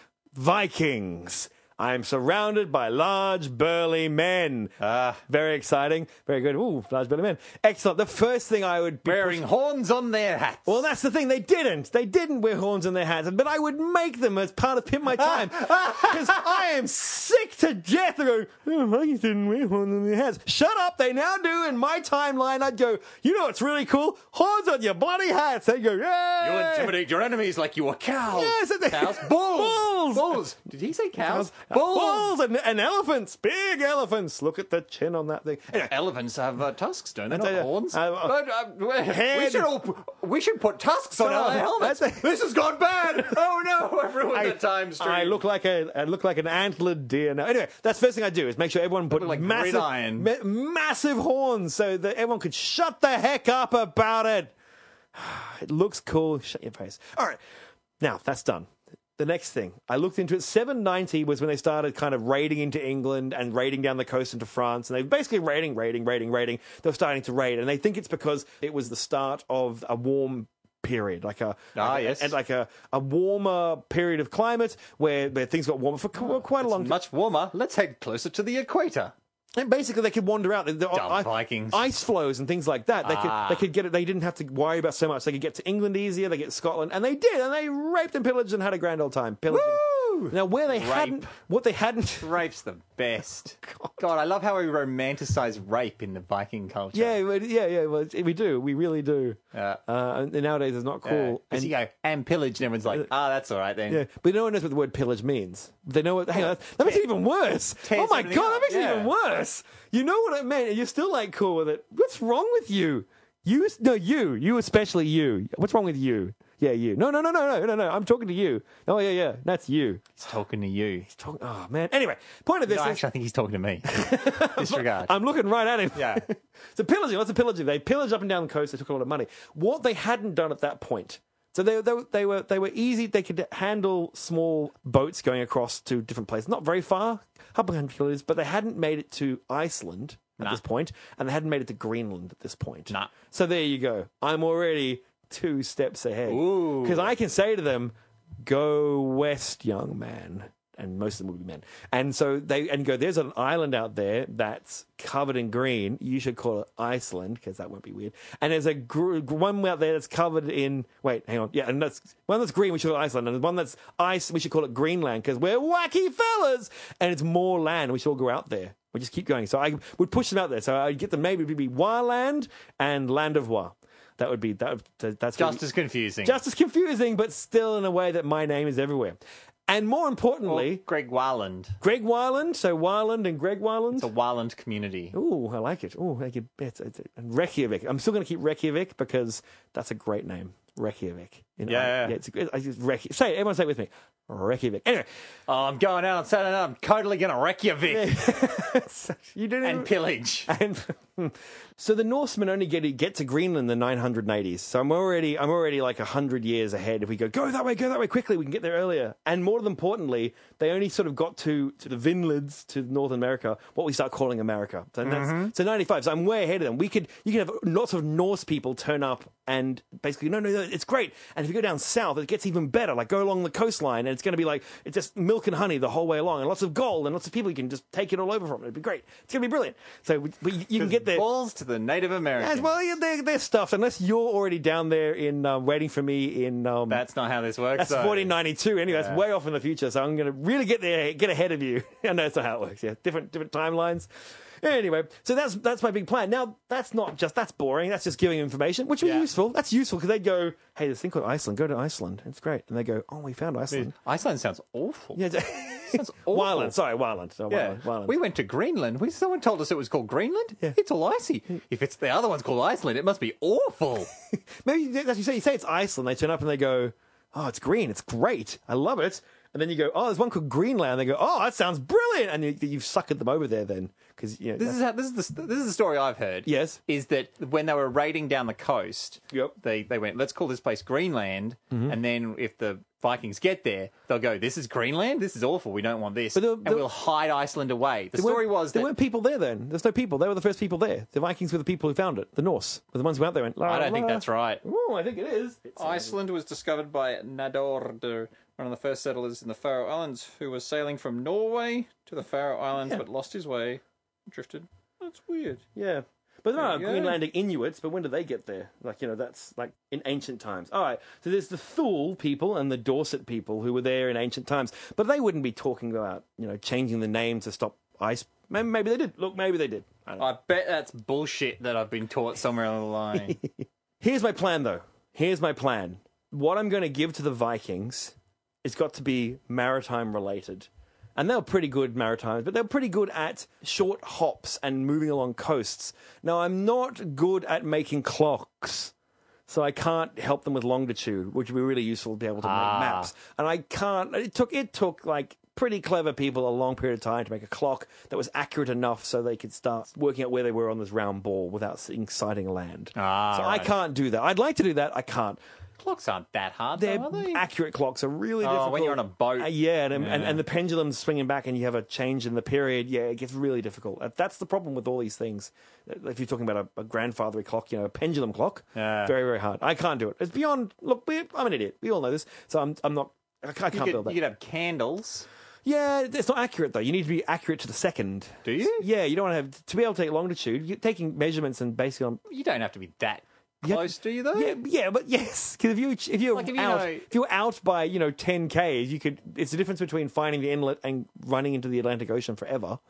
[SPEAKER 3] Vikings. I'm surrounded by large, burly men. Ah, very exciting, very good. Ooh, large, burly men. Excellent. The first thing I would be
[SPEAKER 2] Wearing horns on their hats.
[SPEAKER 3] well, that's the thing. They didn't. They didn't wear horns on their hats, but I would make them as part of Pimp My Time. Because I am sick to death of going, oh, monkeys didn't wear horns on their hats. Shut up. They now do. In my timeline, I'd go, you know what's really cool? Horns on your bloody hats. They'd go, yeah.
[SPEAKER 2] your enemies like you were cows.
[SPEAKER 3] Yes, and they-
[SPEAKER 2] cows. Bulls.
[SPEAKER 3] Bulls.
[SPEAKER 2] Did he say cows? Uh,
[SPEAKER 3] Bulls, Bulls and, and elephants, big elephants. Look at the chin on that thing. Anyway,
[SPEAKER 2] Elephants have uh, tusks, don't they?
[SPEAKER 3] That's
[SPEAKER 2] Not
[SPEAKER 3] a-
[SPEAKER 2] horns.
[SPEAKER 3] uh, uh,
[SPEAKER 2] But, uh, we,
[SPEAKER 3] head.
[SPEAKER 2] should all, p- we should put tusks on
[SPEAKER 3] Oh,
[SPEAKER 2] our helmets.
[SPEAKER 3] that's a-
[SPEAKER 2] This has gone
[SPEAKER 3] <laughs>
[SPEAKER 2] bad. Oh no, I've ruined
[SPEAKER 3] I,
[SPEAKER 2] the time stream.
[SPEAKER 3] I look like a I look like an antlered deer now. Anyway, that's the first thing I do is make sure everyone put
[SPEAKER 2] look like
[SPEAKER 3] massive
[SPEAKER 2] gridiron.
[SPEAKER 3] ma- massive horns so that everyone could shut the heck up about it. <sighs> It looks cool. Shut your face. All right, now that's done. The next thing I looked into it, 790 was when they started kind of raiding into England and raiding down the coast into France, and they were basically raiding, raiding, raiding, raiding. They were starting to raid, and they think it's because it was the start of a warm period, like a
[SPEAKER 2] Ah,
[SPEAKER 3] like a-
[SPEAKER 2] yes.
[SPEAKER 3] and like a, a warmer period of climate where, where things got warmer for qu- quite a long time.
[SPEAKER 2] much warmer. Let's head closer to the equator.
[SPEAKER 3] And basically, they could wander out. The, the i-
[SPEAKER 2] Vikings.
[SPEAKER 3] ice flows and things like that. They
[SPEAKER 2] Ah.
[SPEAKER 3] could they could get it. They didn't have to worry about so much. They could get to England easier. They get to Scotland, and they did. And they raped and pillaged and had a grand old time pillaging.
[SPEAKER 2] Woo!
[SPEAKER 3] Now, where they
[SPEAKER 2] Rape.
[SPEAKER 3] hadn't, what they hadn't. <laughs>
[SPEAKER 2] Rape's the best. <laughs> God. I love how we romanticize rape in the Viking culture.
[SPEAKER 3] Yeah, we- yeah, yeah. well, it's- We do. We really do.
[SPEAKER 2] Yeah.
[SPEAKER 3] Uh, and nowadays, it's not cool.
[SPEAKER 2] Uh, 'cause
[SPEAKER 3] And- Uh,
[SPEAKER 2] you go and pillage, and everyone's like, "Ah, that's all right then."
[SPEAKER 3] Yeah, but no one knows what the word pillage means. They know what. Hang on, that makes it even worse.
[SPEAKER 2] Tears
[SPEAKER 3] Oh my
[SPEAKER 2] everything
[SPEAKER 3] god, that
[SPEAKER 2] up,
[SPEAKER 3] makes
[SPEAKER 2] yeah.
[SPEAKER 3] it even worse. You know what it meant, and you're still like cool with it. What's wrong with you? You no, you, you especially you. What's wrong with you? Yeah, you. No, no, no, no, no, no, no. I'm talking to you. Oh yeah, yeah. That's you.
[SPEAKER 2] He's talking to you.
[SPEAKER 3] Talk- Oh man. Anyway, point of this
[SPEAKER 2] No,
[SPEAKER 3] is
[SPEAKER 2] actually, I think he's talking to
[SPEAKER 3] <laughs>
[SPEAKER 2] me. Disregard.
[SPEAKER 3] I'm looking right at him. <laughs>
[SPEAKER 2] Yeah.
[SPEAKER 3] so pillaging. What's a pillaging? They pillaged up and down the coast. They took a lot of money. What they hadn't done at that point. So they, they, they were they were easy. They could handle small boats going across to different places, not very far, a couple hundred kilometers. But they hadn't made it to Iceland at this point, and they hadn't made it to Greenland at this point.
[SPEAKER 2] Nah.
[SPEAKER 3] So there you go. I'm already two steps ahead
[SPEAKER 2] Ooh.
[SPEAKER 3] because I can say to them, "Go west, young man," and most of them will be men. And so they and go, "There's an island out there that's covered in green. You should call it Iceland because that won't be weird." And there's a gr- one out there that's covered in wait, hang on, yeah, and that's one that's green. We should call it Iceland, and one that's ice. We should call it Greenland because we're wacky fellas, and it's more land. We should all go out there. We just keep going. So I would push them out there. So I'd get them maybe it'd be Wireland and Land of Wa. That would be that. that that's what we-
[SPEAKER 2] Just as confusing.
[SPEAKER 3] just as confusing, but still in a way that my name is everywhere. And more importantly,
[SPEAKER 2] Greg Warland.
[SPEAKER 3] Greg Wyland. So Wyland and Greg Wyland.
[SPEAKER 2] The Warland community.
[SPEAKER 3] Ooh, I like it. Ooh, I like it. It's, it's, and Reykjavik. I'm still going to keep Reykjavik because that's a great name. Reykjavik. In,
[SPEAKER 2] Yeah.
[SPEAKER 3] I, yeah it's, I just Reykjavik. Say it, everyone say it with me. Reykjavik. Anyway,
[SPEAKER 2] Oh, I'm going out on Saturday night. I'm totally going to wreck your Vic
[SPEAKER 3] you didn't
[SPEAKER 2] and pillage.
[SPEAKER 3] And <laughs> so the Norsemen only get get to Greenland in the 980s. So I'm already I'm already like hundred years ahead. If we go go that way, go that way quickly, we can get there earlier. And more importantly, they only sort of got to to the Vinlands to North America, what we start calling America. So that's so 95. So I'm way ahead of them. We could you could have lots of Norse people turn up and basically no no no it's great. And if you go down south, it gets even better. Like go along the coastline, and it's going to be like it's just milk and honey the whole way along, and lots of gold and lots of people you can just take it all over from. It'd be great. It's going to be brilliant. So we, we, you can get there.
[SPEAKER 2] Balls to the Native
[SPEAKER 3] As
[SPEAKER 2] American.
[SPEAKER 3] well, yeah, they're, they're stuffed unless you're already down there in um, waiting for me in. Um,
[SPEAKER 2] That's not how this works.
[SPEAKER 3] that's
[SPEAKER 2] though.
[SPEAKER 3] 1492. Anyway,
[SPEAKER 2] Yeah.
[SPEAKER 3] that's way off in the future. So I'm going to really get there, get ahead of you. <laughs> I know that's not how it works. Yeah, different different timelines. Anyway, so that's that's my big plan. Now that's not just that's boring. That's just giving information, which would
[SPEAKER 2] Yeah.
[SPEAKER 3] be useful. That's useful because they go, hey, this thing called Iceland. Go to Iceland. It's great. And they go, oh, we found Iceland.
[SPEAKER 2] Iceland sounds awful. <laughs>
[SPEAKER 3] Yeah, <laughs>
[SPEAKER 2] Sounds awful.
[SPEAKER 3] Wineland. Sorry, Wineland. Oh,
[SPEAKER 2] Yeah.
[SPEAKER 3] Wineland. Wineland.
[SPEAKER 2] we went to Greenland. We someone told us it was called Greenland.
[SPEAKER 3] Yeah.
[SPEAKER 2] It's all icy. If it's the other one's called Iceland, it must be
[SPEAKER 3] <laughs>
[SPEAKER 2] awful.
[SPEAKER 3] Maybe as you say, you say it's Iceland. They turn up and they go, "Oh, it's green. It's great. I love it." And then you go, "Oh, there's one called Greenland." They go, "Oh, that sounds brilliant." And you, you've suckered them over there then, because you know.
[SPEAKER 2] This is how, this is the st- this is the story I've heard.
[SPEAKER 3] Yes.
[SPEAKER 2] is that when they were raiding down the coast,
[SPEAKER 3] Yep. Mm-hmm.
[SPEAKER 2] they they went, let's call this place Greenland, and then if the Vikings get there, they'll go, this is Greenland, this is awful, we don't want this,
[SPEAKER 3] there-
[SPEAKER 2] and
[SPEAKER 3] there-
[SPEAKER 2] we'll hide Iceland away. The
[SPEAKER 3] there weren't-
[SPEAKER 2] story was
[SPEAKER 3] there
[SPEAKER 2] that
[SPEAKER 3] weren't people there then. There's no people. They were the first people there. The Vikings were the people who found it. The Norse were the ones who went there. And,
[SPEAKER 2] I don't think that's right.
[SPEAKER 3] Oh, I think it is.
[SPEAKER 2] Iceland was discovered by Nadordur, one of the first settlers in the Faroe Islands, who was sailing from Norway to the Faroe Islands
[SPEAKER 3] Yeah.
[SPEAKER 2] but lost his way, drifted. That's weird.
[SPEAKER 3] Yeah. But there are
[SPEAKER 2] Yeah.
[SPEAKER 3] Greenlandic Inuits, but when do they get there? Like, you know, that's like in ancient times. All right, so there's the Thule people and the Dorset people who were there in ancient times, but they wouldn't be talking about, you know, changing the name to stop ice. Maybe, maybe they did. Look, maybe they did. I don't know.
[SPEAKER 2] I bet that's bullshit that I've been taught somewhere along the
[SPEAKER 3] <laughs>
[SPEAKER 2] line.
[SPEAKER 3] Here's my plan, though. Here's my plan. What I'm going to give to the Vikings has got to be maritime related. And they were pretty good maritime, but they were pretty good at short hops and moving along coasts. Now, I'm not good at making clocks, so I can't help them with longitude, which would be really useful to be able to
[SPEAKER 2] Ah.
[SPEAKER 3] make maps. And I can't. It took it took like pretty clever people a long period of time to make a clock that was accurate enough so they could start working out where they were on this round ball without seeing sighting land.
[SPEAKER 2] Ah,
[SPEAKER 3] so I
[SPEAKER 2] right.
[SPEAKER 3] can't do that. I'd like to do that. I can't.
[SPEAKER 2] Clocks aren't that hard,
[SPEAKER 3] Their
[SPEAKER 2] though, Oh, are they?
[SPEAKER 3] accurate clocks are really
[SPEAKER 2] Oh,
[SPEAKER 3] difficult.
[SPEAKER 2] when you're on a boat.
[SPEAKER 3] Uh, yeah, and, And, and the pendulum's swinging back and you have a change in the period. Yeah, it gets really difficult. Uh, That's the problem with all these things. Uh, If you're talking about a, a grandfathery clock, you know, a pendulum clock,
[SPEAKER 2] Yeah.
[SPEAKER 3] very, very hard. I can't do it. It's beyond, look, we- I'm an idiot. We all know this. So I'm, I'm not, I ca- I can't
[SPEAKER 2] you, could,
[SPEAKER 3] build that.
[SPEAKER 2] you could have candles.
[SPEAKER 3] Yeah, it's not accurate though. You need to be accurate to the second.
[SPEAKER 2] Do you?
[SPEAKER 3] Yeah, you don't want to have to be able to take longitude. You're taking measurements and basically on.
[SPEAKER 2] You don't have to be that
[SPEAKER 3] Yeah.
[SPEAKER 2] close, do you, though?
[SPEAKER 3] Yeah, yeah, but yes, because if you if you're
[SPEAKER 2] Like, if you
[SPEAKER 3] out
[SPEAKER 2] know-
[SPEAKER 3] if you're out by you know ten k's, you could. It's the difference between finding the inlet and running into the Atlantic Ocean forever.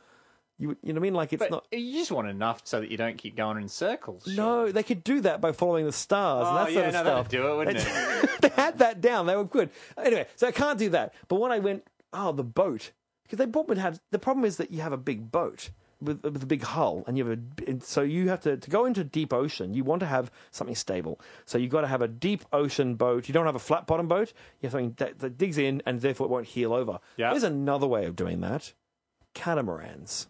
[SPEAKER 3] You you know what I mean? Like it's
[SPEAKER 2] But
[SPEAKER 3] not.
[SPEAKER 2] you just want enough so that you don't keep going in circles.
[SPEAKER 3] No, they could do that by following the stars
[SPEAKER 2] Oh,
[SPEAKER 3] and that sort
[SPEAKER 2] yeah, no,
[SPEAKER 3] of
[SPEAKER 2] that'd
[SPEAKER 3] stuff.
[SPEAKER 2] do it, wouldn't
[SPEAKER 3] it? <laughs> they had that down. They were good. Anyway, so I can't do that. But when I went, oh, the boat, because they boat would have the problem is that you have a big boat with, with a big hull, and you have a and so you have to to go into deep ocean. You want to have something stable, so you've got to have a deep ocean boat. You don't have a flat bottom boat. You have something that, that digs in and therefore it won't heel over.
[SPEAKER 2] Yeah.
[SPEAKER 3] There's another way of doing that: catamarans.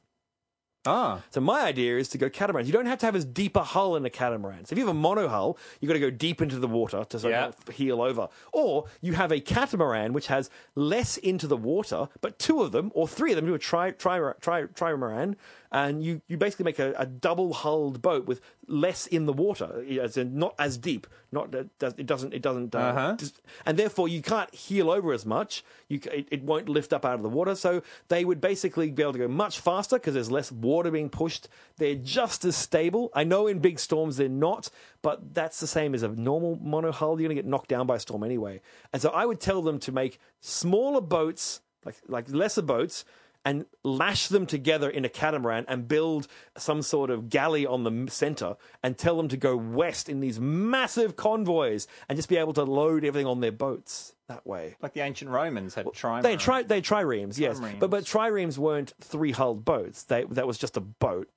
[SPEAKER 2] Ah,
[SPEAKER 3] So my idea is to go catamarans. You don't have to have as deep a hull in a catamaran. So if you have a monohull, you've got to go deep into the water to sort
[SPEAKER 2] Yeah.
[SPEAKER 3] of heel over. Or you have a catamaran which has less into the water, but two of them or three of them do a tri tri tri trimaran, and you, you basically make a, a double hulled boat with less in the water, as in not as deep. Not that does- it doesn't it doesn't uh,
[SPEAKER 2] Uh-huh.
[SPEAKER 3] dis- and therefore you can't heel over as much. You c- it, it won't lift up out of the water, so they would basically be able to go much faster because there's less water being pushed. They're just as stable. I know in big storms they're not, but that's the same as a normal monohull. You're going to get knocked down by a storm anyway, and so I would tell them to make smaller boats, like like lesser boats. And lash them together in a catamaran and build some sort of galley on the center and tell them to go west in these massive convoys and just be able to load everything on their boats that way.
[SPEAKER 2] like the ancient Romans had trimarans.
[SPEAKER 3] They had tri they had triremes, yes,
[SPEAKER 2] Triremes.
[SPEAKER 3] but but triremes weren't three hulled boats. They that was just a boat.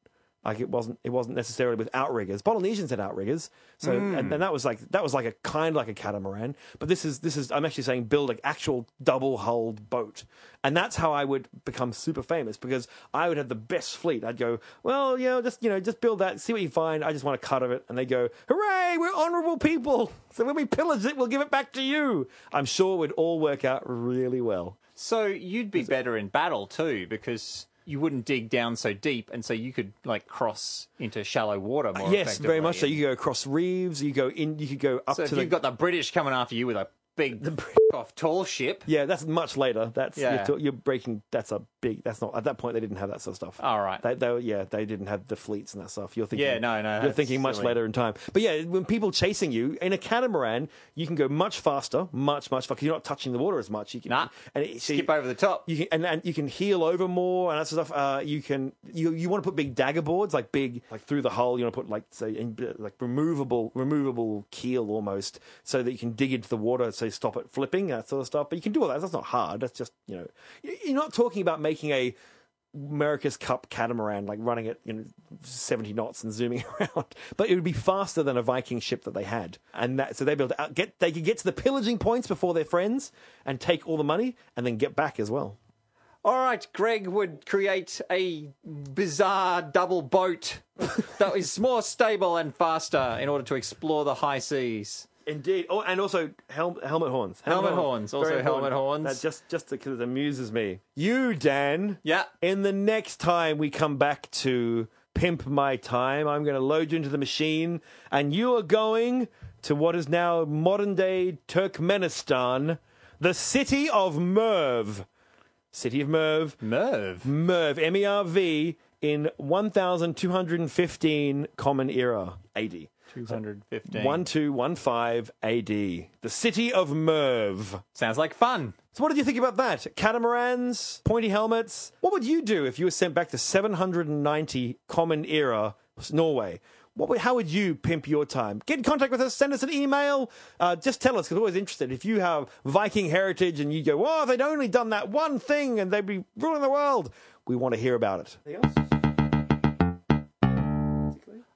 [SPEAKER 3] Like it wasn't it wasn't necessarily with outriggers. Polynesians had outriggers, so and, and that was like that was like a kind of like a catamaran. But this is this is I'm actually saying build an actual double hulled boat, and that's how I would become super famous because I would have the best fleet. I'd go well you know just you know just build that see what you find. I just want a cut of it, and they go hooray we're honourable people. So when we pillage it, we'll give it back to you. I'm sure it would all work out really well.
[SPEAKER 2] So you'd be better in battle too because you wouldn't dig down so deep, and so you could like cross into shallow water more.
[SPEAKER 3] Uh, Yes, very
[SPEAKER 2] effectively.
[SPEAKER 3] much so. You go across reefs. You go in. You could go up
[SPEAKER 2] So if
[SPEAKER 3] to
[SPEAKER 2] you've
[SPEAKER 3] the.
[SPEAKER 2] got the British coming after you with a big <laughs> off tall ship.
[SPEAKER 3] yeah, that's much later. That's
[SPEAKER 2] Yeah.
[SPEAKER 3] you're, ta- you're breaking. That's a big. That's not at that point. They didn't have that sort of stuff.
[SPEAKER 2] All right.
[SPEAKER 3] They, they were- yeah, they didn't have the fleets and that stuff. You're thinking.
[SPEAKER 2] Yeah, no, no,
[SPEAKER 3] You're
[SPEAKER 2] that's
[SPEAKER 3] thinking much
[SPEAKER 2] silly.
[SPEAKER 3] later in time. But yeah, when people chasing you in a catamaran, you can go much faster, much much faster. 'cause You're not touching the water as much. You can
[SPEAKER 2] Nah,
[SPEAKER 3] and it, so you-
[SPEAKER 2] skip over the top.
[SPEAKER 3] You can and, and you can heel over more and that sort of stuff. Uh, you can you you want to put big dagger boards like big like through the hull. You want to put like say in, like removable removable keel almost so that you can dig into the water so you stop it flipping that sort of stuff. But you can do all that. That's not hard. That's just you know you- you're not talking about making a America's Cup catamaran, like running at you know seventy knots and zooming <laughs> around, but it would be faster than a Viking ship that they had, and that so they'd be able to out, get they could get to the pillaging points before their friends and take all the money and then get back as well.
[SPEAKER 2] All right, Greg would create a bizarre double
[SPEAKER 3] <laughs>
[SPEAKER 2] boat that is more stable and faster in order to explore the high seas.
[SPEAKER 3] Indeed, oh, and also hel- helmet horns,
[SPEAKER 2] Helmet horns.
[SPEAKER 3] Very
[SPEAKER 2] Also helmet
[SPEAKER 3] important.
[SPEAKER 2] horns.
[SPEAKER 3] That just just because it amuses me. You Dan,
[SPEAKER 2] Yeah.
[SPEAKER 3] In the next time we come back to Pimp My Time, I'm going to load you into the machine, and you are going to what is now modern day Turkmenistan, the city of Merv. City of Merv.
[SPEAKER 2] Merv.
[SPEAKER 3] Merv, M E R V, in 1215 Common Era AD.
[SPEAKER 2] 215.
[SPEAKER 3] 1215 AD. The city of Merv.
[SPEAKER 2] Sounds like fun.
[SPEAKER 3] So, what did you think about that? Catamarans, pointy helmets. What would you do if you were sent back to 790 Common Era Norway? What would, how would you pimp your time? Get in contact with us. Send us an email. Uh, just tell us because we're always interested. If you have Viking heritage and you go, "Oh, if they'd only done that one thing and they'd be ruling the world," we want to hear about it.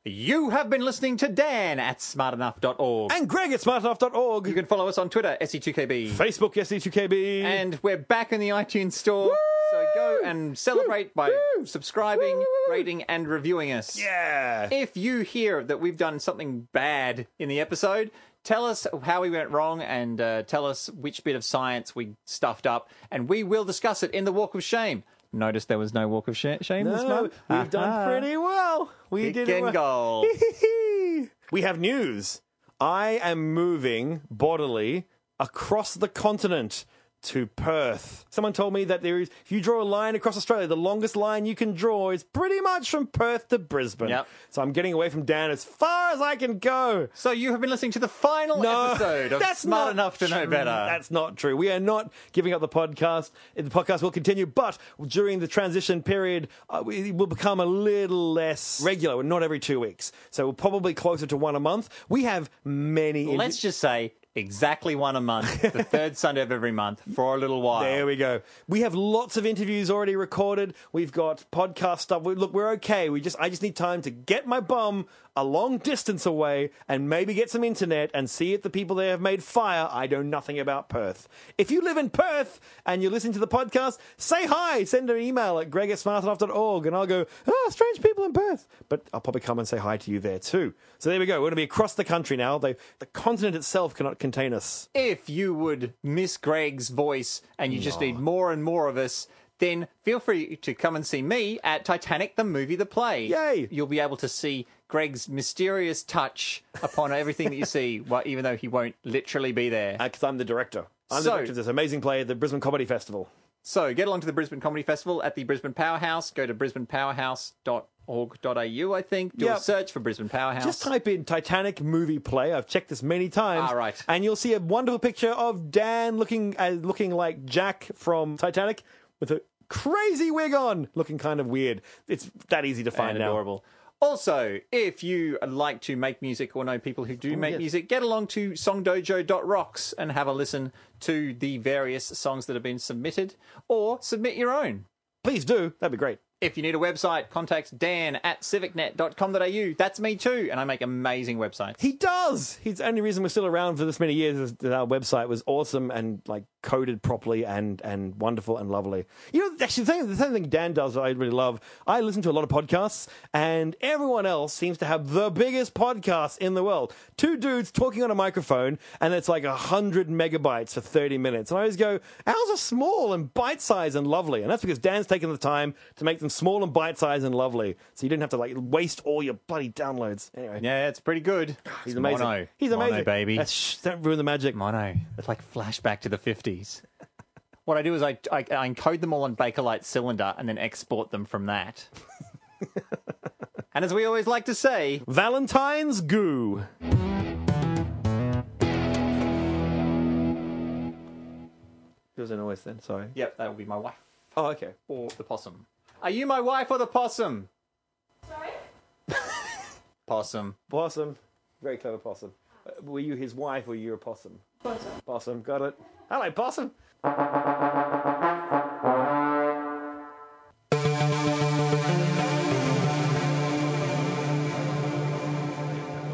[SPEAKER 2] You have been listening to Dan at smartenough.org.
[SPEAKER 3] And Greg at smartenough.org,
[SPEAKER 2] You can follow us on Twitter, E SE2KB.
[SPEAKER 3] Facebook E SE2KB,
[SPEAKER 2] And we're back in the iTunes store. So go and celebrate by
[SPEAKER 3] Woo!
[SPEAKER 2] subscribing,
[SPEAKER 3] Woo, woo, woo.
[SPEAKER 2] rating, and reviewing us.
[SPEAKER 3] yeah.
[SPEAKER 2] If you hear that we've done something bad in the episode, tell us how we went wrong and uh, tell us which bit of science we stuffed up, and we will discuss it in the Walk of Shame. Notice there was no Walk of sh- Shame this
[SPEAKER 3] No,
[SPEAKER 2] month.
[SPEAKER 3] we've done pretty well. We
[SPEAKER 2] Kick
[SPEAKER 3] did it.
[SPEAKER 2] and
[SPEAKER 3] well.
[SPEAKER 2] goal.
[SPEAKER 3] <laughs> we have news. I am moving bodily across the continent to Perth. Someone told me that there is, if you draw a line across Australia, the longest line you can draw is pretty much from Perth to Brisbane.
[SPEAKER 2] Yep.
[SPEAKER 3] So I'm getting away from Dan as far as I can go.
[SPEAKER 2] So you have been listening to the final
[SPEAKER 3] No,
[SPEAKER 2] episode of
[SPEAKER 3] that's
[SPEAKER 2] Smart
[SPEAKER 3] not
[SPEAKER 2] Enough to Know
[SPEAKER 3] true.
[SPEAKER 2] Better.
[SPEAKER 3] That's not true. We are not giving up the podcast. The podcast will continue, but during the transition period, uh, it will become a little less regular. Not every two weeks, so we're probably closer to one a month. We have many. invi-
[SPEAKER 2] Let's just say exactly one a month,
[SPEAKER 3] <laughs>
[SPEAKER 2] the third Sunday of every month for a little while.
[SPEAKER 3] There we go. We have lots of interviews already recorded. We've got podcast stuff. We, look, we're okay. We just I just need time to get my bum a long distance away and maybe get some internet and see if the people there have made fire. I know nothing about Perth. If you live in Perth and you listen to the podcast, say hi. Send an email at greg at smartenough.org and I'll go, oh, strange people in Perth. But I'll probably come and say hi to you there too. So there we go. We're going to be across the country now. They, the continent itself cannot contain us.
[SPEAKER 2] if you would miss Greg's voice and you just need more and more of us, then feel free to come and see me at Titanic the movie the play.
[SPEAKER 3] Yay.
[SPEAKER 2] You'll be able to see Greg's mysterious touch upon everything that you see, <laughs> well, even though he won't literally be there.
[SPEAKER 3] because Uh, I'm the director. I'm
[SPEAKER 2] So-
[SPEAKER 3] the director of this amazing play at the Brisbane Comedy Festival.
[SPEAKER 2] So get along to the Brisbane Comedy Festival at the Brisbane Powerhouse. Go to brisbanepowerhouse.org.au, I think. Do
[SPEAKER 3] Yep.
[SPEAKER 2] a search for Brisbane Powerhouse.
[SPEAKER 3] Just type in Titanic movie play. I've checked this many times.
[SPEAKER 2] Ah, right.
[SPEAKER 3] and you'll see a wonderful picture of Dan looking uh, looking like Jack from Titanic with a crazy wig on, looking kind of weird. It's that easy to find
[SPEAKER 2] and
[SPEAKER 3] now.
[SPEAKER 2] adorable. Also, if you like to make music or know people who do make
[SPEAKER 3] Oh, yes.
[SPEAKER 2] music, get along to songdojo.rocks and have a listen to the various songs that have been submitted or submit your own.
[SPEAKER 3] Please do. That'd be great.
[SPEAKER 2] If you need a website, contact dan at civicnet.com.au. That's me too, and I make amazing websites.
[SPEAKER 3] He does. He's the only reason we're still around for this many years is that our website was awesome and like coded properly and and wonderful and lovely. You know, actually, the thing, the same thing Dan does that I really love. I listen to a lot of podcasts, and everyone else seems to have the biggest podcast in the world. Two dudes talking on a microphone, and it's like hundred megabytes for thirty minutes. And I always go, ours are small and bite sized and lovely, and that's because Dan's taken the time to make them small and bite sized and lovely, so you didn't have to like waste all your bloody downloads. Anyway.
[SPEAKER 2] Yeah, it's pretty good.
[SPEAKER 3] Ah, He's amazing.
[SPEAKER 2] Mono.
[SPEAKER 3] He's amazing,
[SPEAKER 2] Mono, baby.
[SPEAKER 3] That's- shh, don't ruin the magic.
[SPEAKER 2] mono. It's like flashback to the 50s. <laughs> What I do is I, I, I encode them all on Bakelite cylinder and then export them from that. <laughs> and as we always like to say,
[SPEAKER 3] Valentine's goo. There was a noise then. Sorry.
[SPEAKER 2] yep, that will be my wife
[SPEAKER 3] Oh, okay.
[SPEAKER 2] or the possum. Are you my wife or the possum?
[SPEAKER 4] Sorry?
[SPEAKER 2] <laughs> Possum.
[SPEAKER 3] Possum. Very clever possum. Uh, Were you his wife or you a possum?
[SPEAKER 4] Possum.
[SPEAKER 3] Possum. Got it. Hello, possum.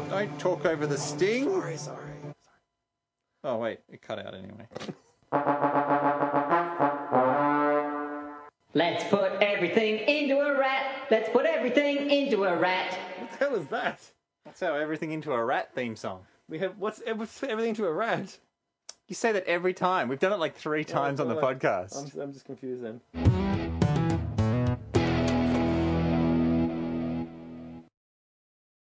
[SPEAKER 2] Don't talk over the sting.
[SPEAKER 3] Sorry, sorry.
[SPEAKER 2] Oh, wait, it cut out anyway.
[SPEAKER 5] Let's put everything into a rat. Let's put everything into a rat.
[SPEAKER 3] What the hell is that?
[SPEAKER 2] That's how everything into a rat theme song.
[SPEAKER 3] We have what's what's everything to a rat?
[SPEAKER 2] You say that every time. We've done it like three times on the
[SPEAKER 3] Oh,
[SPEAKER 2] podcast.
[SPEAKER 3] I'm, I'm just confused then.